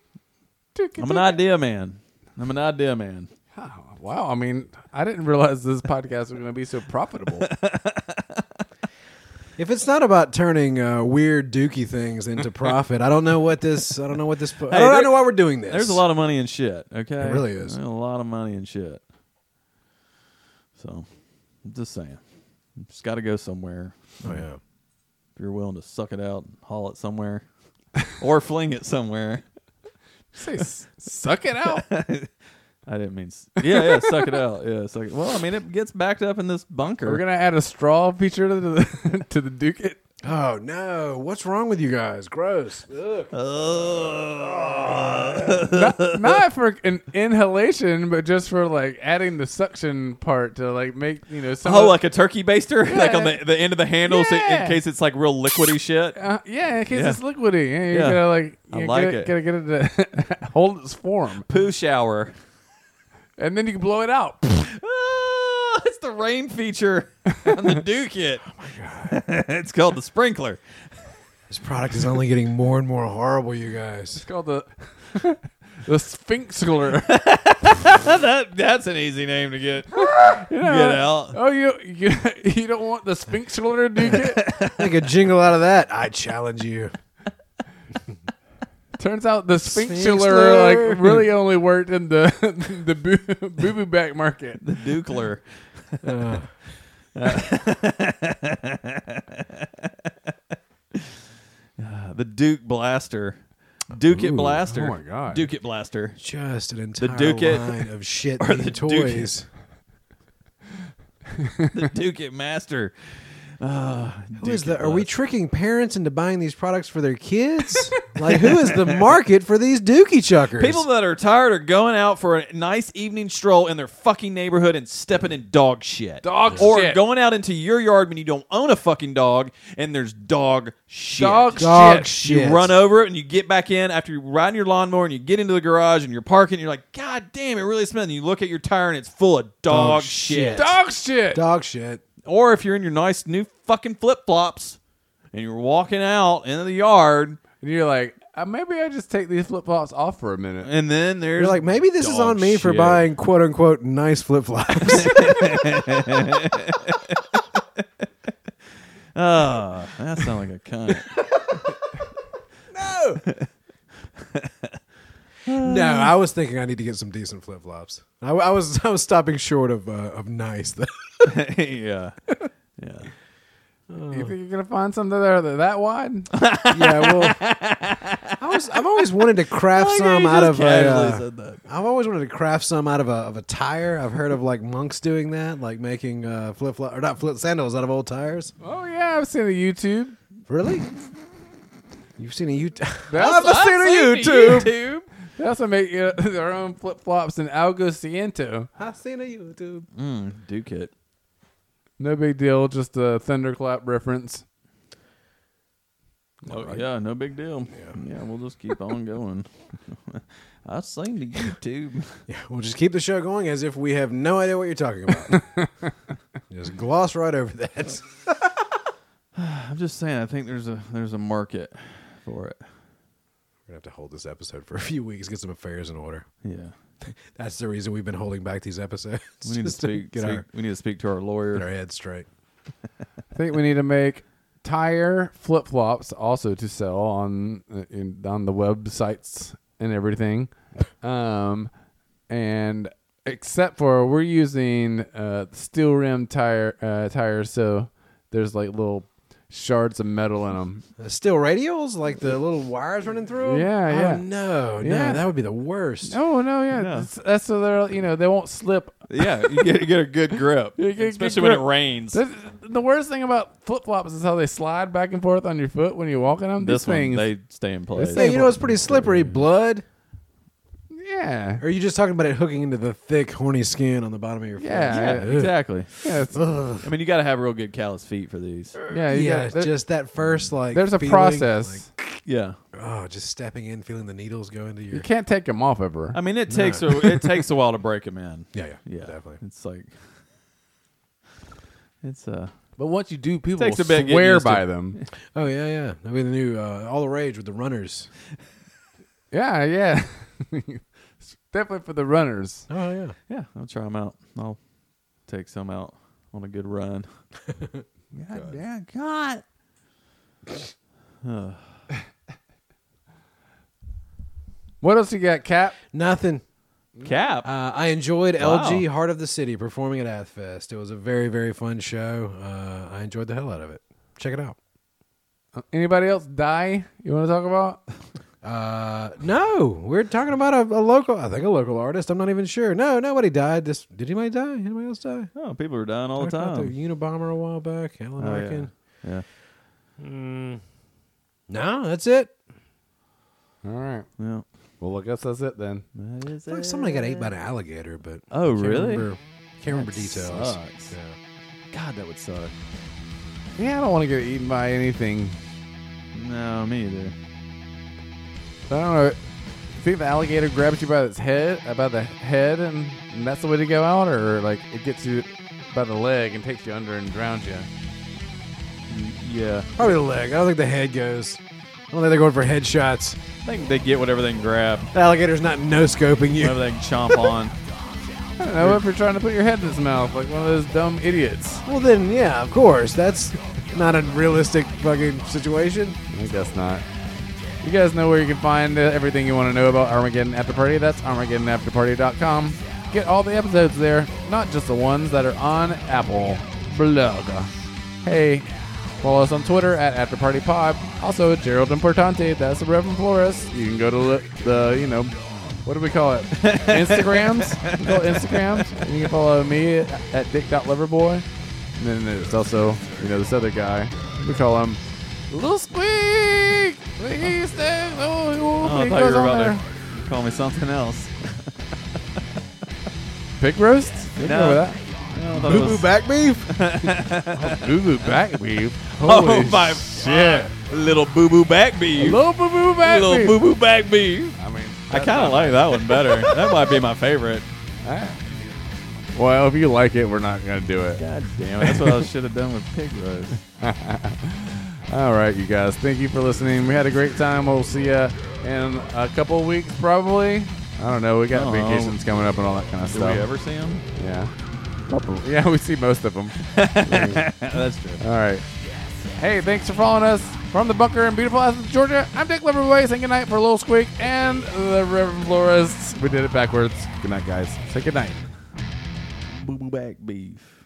S1: duke it,
S2: I'm an
S1: duke
S2: idea man. I'm an idea man.
S1: it. Oh, wow, I mean, I didn't realize this podcast was going to be so profitable.
S3: If it's not about turning uh, weird dookie things into profit, I don't know what this. I don't know what this. I, don't, I
S2: there-
S3: don't know why we're doing this.
S2: There's a lot of money in shit. Okay,
S3: It really is.
S2: There's a lot of money in shit. So, I'm just saying, just got to go somewhere.
S3: Oh yeah.
S2: If you're willing to suck it out and haul it somewhere, or fling it somewhere.
S1: Say, s- suck it out.
S2: I didn't mean. s- Yeah, yeah, suck it out. Yeah, suck it. Well, I mean, it gets backed up in this bunker.
S1: We're gonna add a straw feature to the to the Duke it.
S3: Oh no! What's wrong with you guys? Gross. Ugh.
S2: Uh,
S1: Not for an inhalation, but just for like adding the suction part to like make you know some.
S2: oh,
S1: of-
S2: like a turkey baster, like on the, the end of the handle, so in
S1: Yeah.
S2: case it's like real liquidy shit.
S1: uh, yeah, in case
S2: Yeah.
S1: it's liquidy. Yeah, you
S2: Yeah.
S1: gotta like
S2: I
S1: you
S2: like
S1: gotta,
S2: it.
S1: gotta get it to hold its form,
S2: Poo shower.
S1: and then you can blow it out.
S2: Ah, it's the rain feature on the Duke it. Oh my god! it's called the sprinkler.
S3: This product is only getting more and more horrible, you guys.
S1: It's called the the Sphinxler.
S2: that that's an easy name to get get out.
S1: oh, you, you you don't want the Sphinxler Duke it?
S3: Make a jingle out of that. I challenge you.
S1: Turns out the Sphinxler
S3: Sphinxler.
S1: like really only worked in the the boo boo boo back market.
S2: The Dukler.
S3: Uh,
S2: Uh, the Duke Blaster. Duke it
S1: Ooh,
S2: Blaster.
S1: oh my God.
S2: Duke it Blaster.
S3: just an entire
S2: Duke It-
S3: line of shit
S2: or the Duke It.
S3: toys.
S2: The Duke it Master. Ah,
S3: Who is
S2: Duke
S3: the?
S2: it
S3: Are we
S2: Blaster.
S3: tricking parents into buying these products for their kids? like, who is the market for these Dookie Chuckers?
S2: People that are tired are going out for a nice evening stroll in their fucking neighborhood and stepping in dog shit.
S1: Dog
S2: or
S1: shit.
S2: going out into your yard when you don't own a fucking dog and there's dog shit.
S1: Dog
S3: dog
S1: shit.
S3: shit.
S2: You run over it and you get back in after you're riding your lawnmower and you get into the garage and you're parking. And you're like, God damn, it really smells. And you look at your tire and it's full of dog,
S3: Dog shit.
S2: shit.
S1: Dog shit.
S3: Dog shit.
S2: Or if you're in your nice new fucking flip flops and you're walking out into the yard
S1: And you're like, uh, maybe I just take these flip flops off for a minute.
S2: and then there's
S3: You're like, maybe this is
S2: dog
S3: on me for
S2: shit.
S3: buying quote unquote nice flip flops.
S2: Oh, that sounds like a cunt.
S3: no, I was thinking I need to get some decent flip flops. I, I was I was stopping short of uh, of nice. though.
S2: yeah. Yeah.
S1: You think you're gonna find something that are that wide?
S3: yeah, well, I was I've always wanted to craft some out of a. uh, I've always wanted to craft some out of a of a tire. I've heard of like monks doing that, like making uh, flip flop or not flip sandals out of old tires.
S1: oh yeah, I've seen a YouTube.
S3: Really? You've seen a U
S1: That's,
S3: I've seen a YouTube.
S1: YouTube. That's what make uh, their own flip flops in Algo Ciento.
S3: I've seen a YouTube.
S2: Mm, Duke it.
S1: No big deal, just a thunderclap reference.
S2: Oh, Yeah, no big deal. Yeah. we'll just keep on going. I've seen the YouTube.
S3: Yeah, we'll just keep the show going as if we have no idea what you're talking about. just gloss right over that.
S2: I'm just saying, I think there's a there's a market for it.
S3: We're gonna have to hold this episode for a few weeks, get some affairs in order.
S2: Yeah.
S3: That's the reason we've been holding back these episodes.
S2: We need to
S3: just
S2: speak,
S3: get
S2: speak-
S3: our
S2: we need to speak to our
S3: get
S2: lawyer.
S3: our heads straight.
S1: I think we need to make tire flip flops also to sell on uh, in, on the websites and everything. Um, and except for we're using uh, steel rim tire uh, tires, so there's like little shards of metal in them.
S3: Uh, steel radials, like the little wires running through. 'em?
S1: Yeah,
S3: Oh,
S1: yeah.
S3: No, no,
S1: Yeah.
S3: that would be the worst.
S1: Oh no, yeah,
S2: Yeah.
S1: That's, that's so they're you know they won't slip.
S2: yeah, you get, you get a good grip,
S1: You get a good
S2: especially when it
S1: grip.
S2: rains.
S1: The, the worst thing about flip flops is how they slide back and forth on your foot when you're walking them.
S2: This
S1: These
S2: one,
S1: things,
S2: they stay in place.
S3: Hey, you know it's pretty slippery. Blood.
S1: yeah,
S3: Or are you just talking about it hooking into the thick, horny skin on the bottom of your
S1: Yeah.
S3: face?
S2: Yeah, exactly.
S1: yeah, it's-
S2: I mean, you got to have real good callous feet for these.
S1: yeah,
S3: Yeah,
S1: you got- there-
S3: just that first like.
S1: there's a
S3: feeling,
S1: process.
S2: Yeah.
S3: like, oh, just stepping in, feeling the needles go into
S1: You
S3: your.
S1: can't take them off ever.
S2: I mean, it takes a, it takes a while to break them in.
S3: Yeah, yeah,
S2: Yeah,
S3: definitely.
S2: It's like it's uh
S1: But once you do, people
S2: Takes
S1: will
S2: a bit getting
S1: swear
S2: used to
S1: by
S2: it.
S1: them.
S3: Oh yeah, yeah. I mean, the new uh, all the rage with the runners.
S1: Yeah, yeah. It's Definitely for the runners.
S3: Oh yeah.
S2: yeah. I'll try them out. I'll take some out on a good run. God, damn, God. Ugh.
S1: What else you got, Cap?
S3: Nothing.
S2: Cap.
S3: Uh, I enjoyed
S2: Wow.
S3: LG Heart of the City performing at Athfest. It was a very, very fun show. Uh, I enjoyed the hell out of it. Check it out.
S1: Uh, Anybody else die? You want to talk about?
S3: Uh, no, we're talking about a, a local. I think a local artist. I'm not even sure. No, nobody died. This did anybody die? Anybody else die?
S2: Oh, people are dying all the
S3: Talked about
S2: time.
S3: The Unabomber a while back. Alan
S2: Oh, yeah.
S3: Arkin.
S2: Yeah.
S3: No, that's it.
S1: All right.
S2: Yeah.
S1: Well, I guess that's it then.
S2: That is
S3: It's like somebody got ate by an alligator, but
S2: Oh,
S3: can't
S2: really?
S3: Remember, can't remember details.
S2: sucks.
S3: Yeah.
S2: God, that would suck.
S1: Yeah, I don't want to get eaten by anything.
S2: No, me either.
S1: I don't know. You think the alligator grabs you by its head, uh, by the head, and, and that's the way to go out, or like it gets you by the leg and takes you under and drowns you?
S2: Y- Yeah.
S3: Probably the leg. I don't think the head goes. I don't think they're going for headshots.
S2: I think they get whatever they can grab,
S3: The alligator's not no scoping you.
S2: whatever they can chomp on.
S1: I don't know if you're trying to put your head in its mouth like one of those dumb idiots.
S3: Well, then, yeah, of course. That's not a realistic fucking situation.
S1: I guess not. You guys know where you can find uh, everything you want to know about Armageddon After Party. That's armageddonafterparty.com. Get all the episodes there, not just the ones that are on Apple. Blog. Hey, follow us on Twitter at AfterPartyPod. Also, Gerald Importante. That's the Reverend Flores. You can go to li- the, you know, what do we call it? Instagrams. You can go to Instagrams. And you can follow me at, at dick.loverboy. And then there's also, you know, this other guy. We call him Little Squeak! He says, oh,
S2: Oh,
S1: oh,
S2: I
S1: he
S2: thought you
S1: goes
S2: were
S1: on
S2: about
S1: there.
S2: to call me something else.
S1: Pig roast? You
S2: No.
S1: know that.
S2: No, I thought it
S3: Boo boo
S2: was-
S3: back beef?
S1: Boo boo back weave.
S2: Oh, my
S1: shit.
S2: Little boo boo back beef.
S1: Little boo boo back
S2: Little
S1: weave.
S2: boo boo back beef.
S1: I mean,
S2: I kind of like that one better. that might be my favorite.
S1: ah. well, if you like it, we're not going to do it.
S2: God damn it. That's what I should have done with pig roast.
S1: All right, you guys. Thank you for listening. We had a great time. We'll see you in a couple of weeks, probably. I don't know. We got
S2: Oh.
S1: vacations coming up and all that kind of
S2: Did
S1: stuff.
S2: we ever see him?
S1: Yeah. Yeah, we see most of them.
S2: That's true.
S1: All right. Hey, thanks for following us from the bunker in beautiful Athens, Georgia. I'm Dick Loverboy saying goodnight for Lil Squeak and the Reverend Flores. We did it backwards. Good night, guys. Say good night.
S2: Boo boo back beef.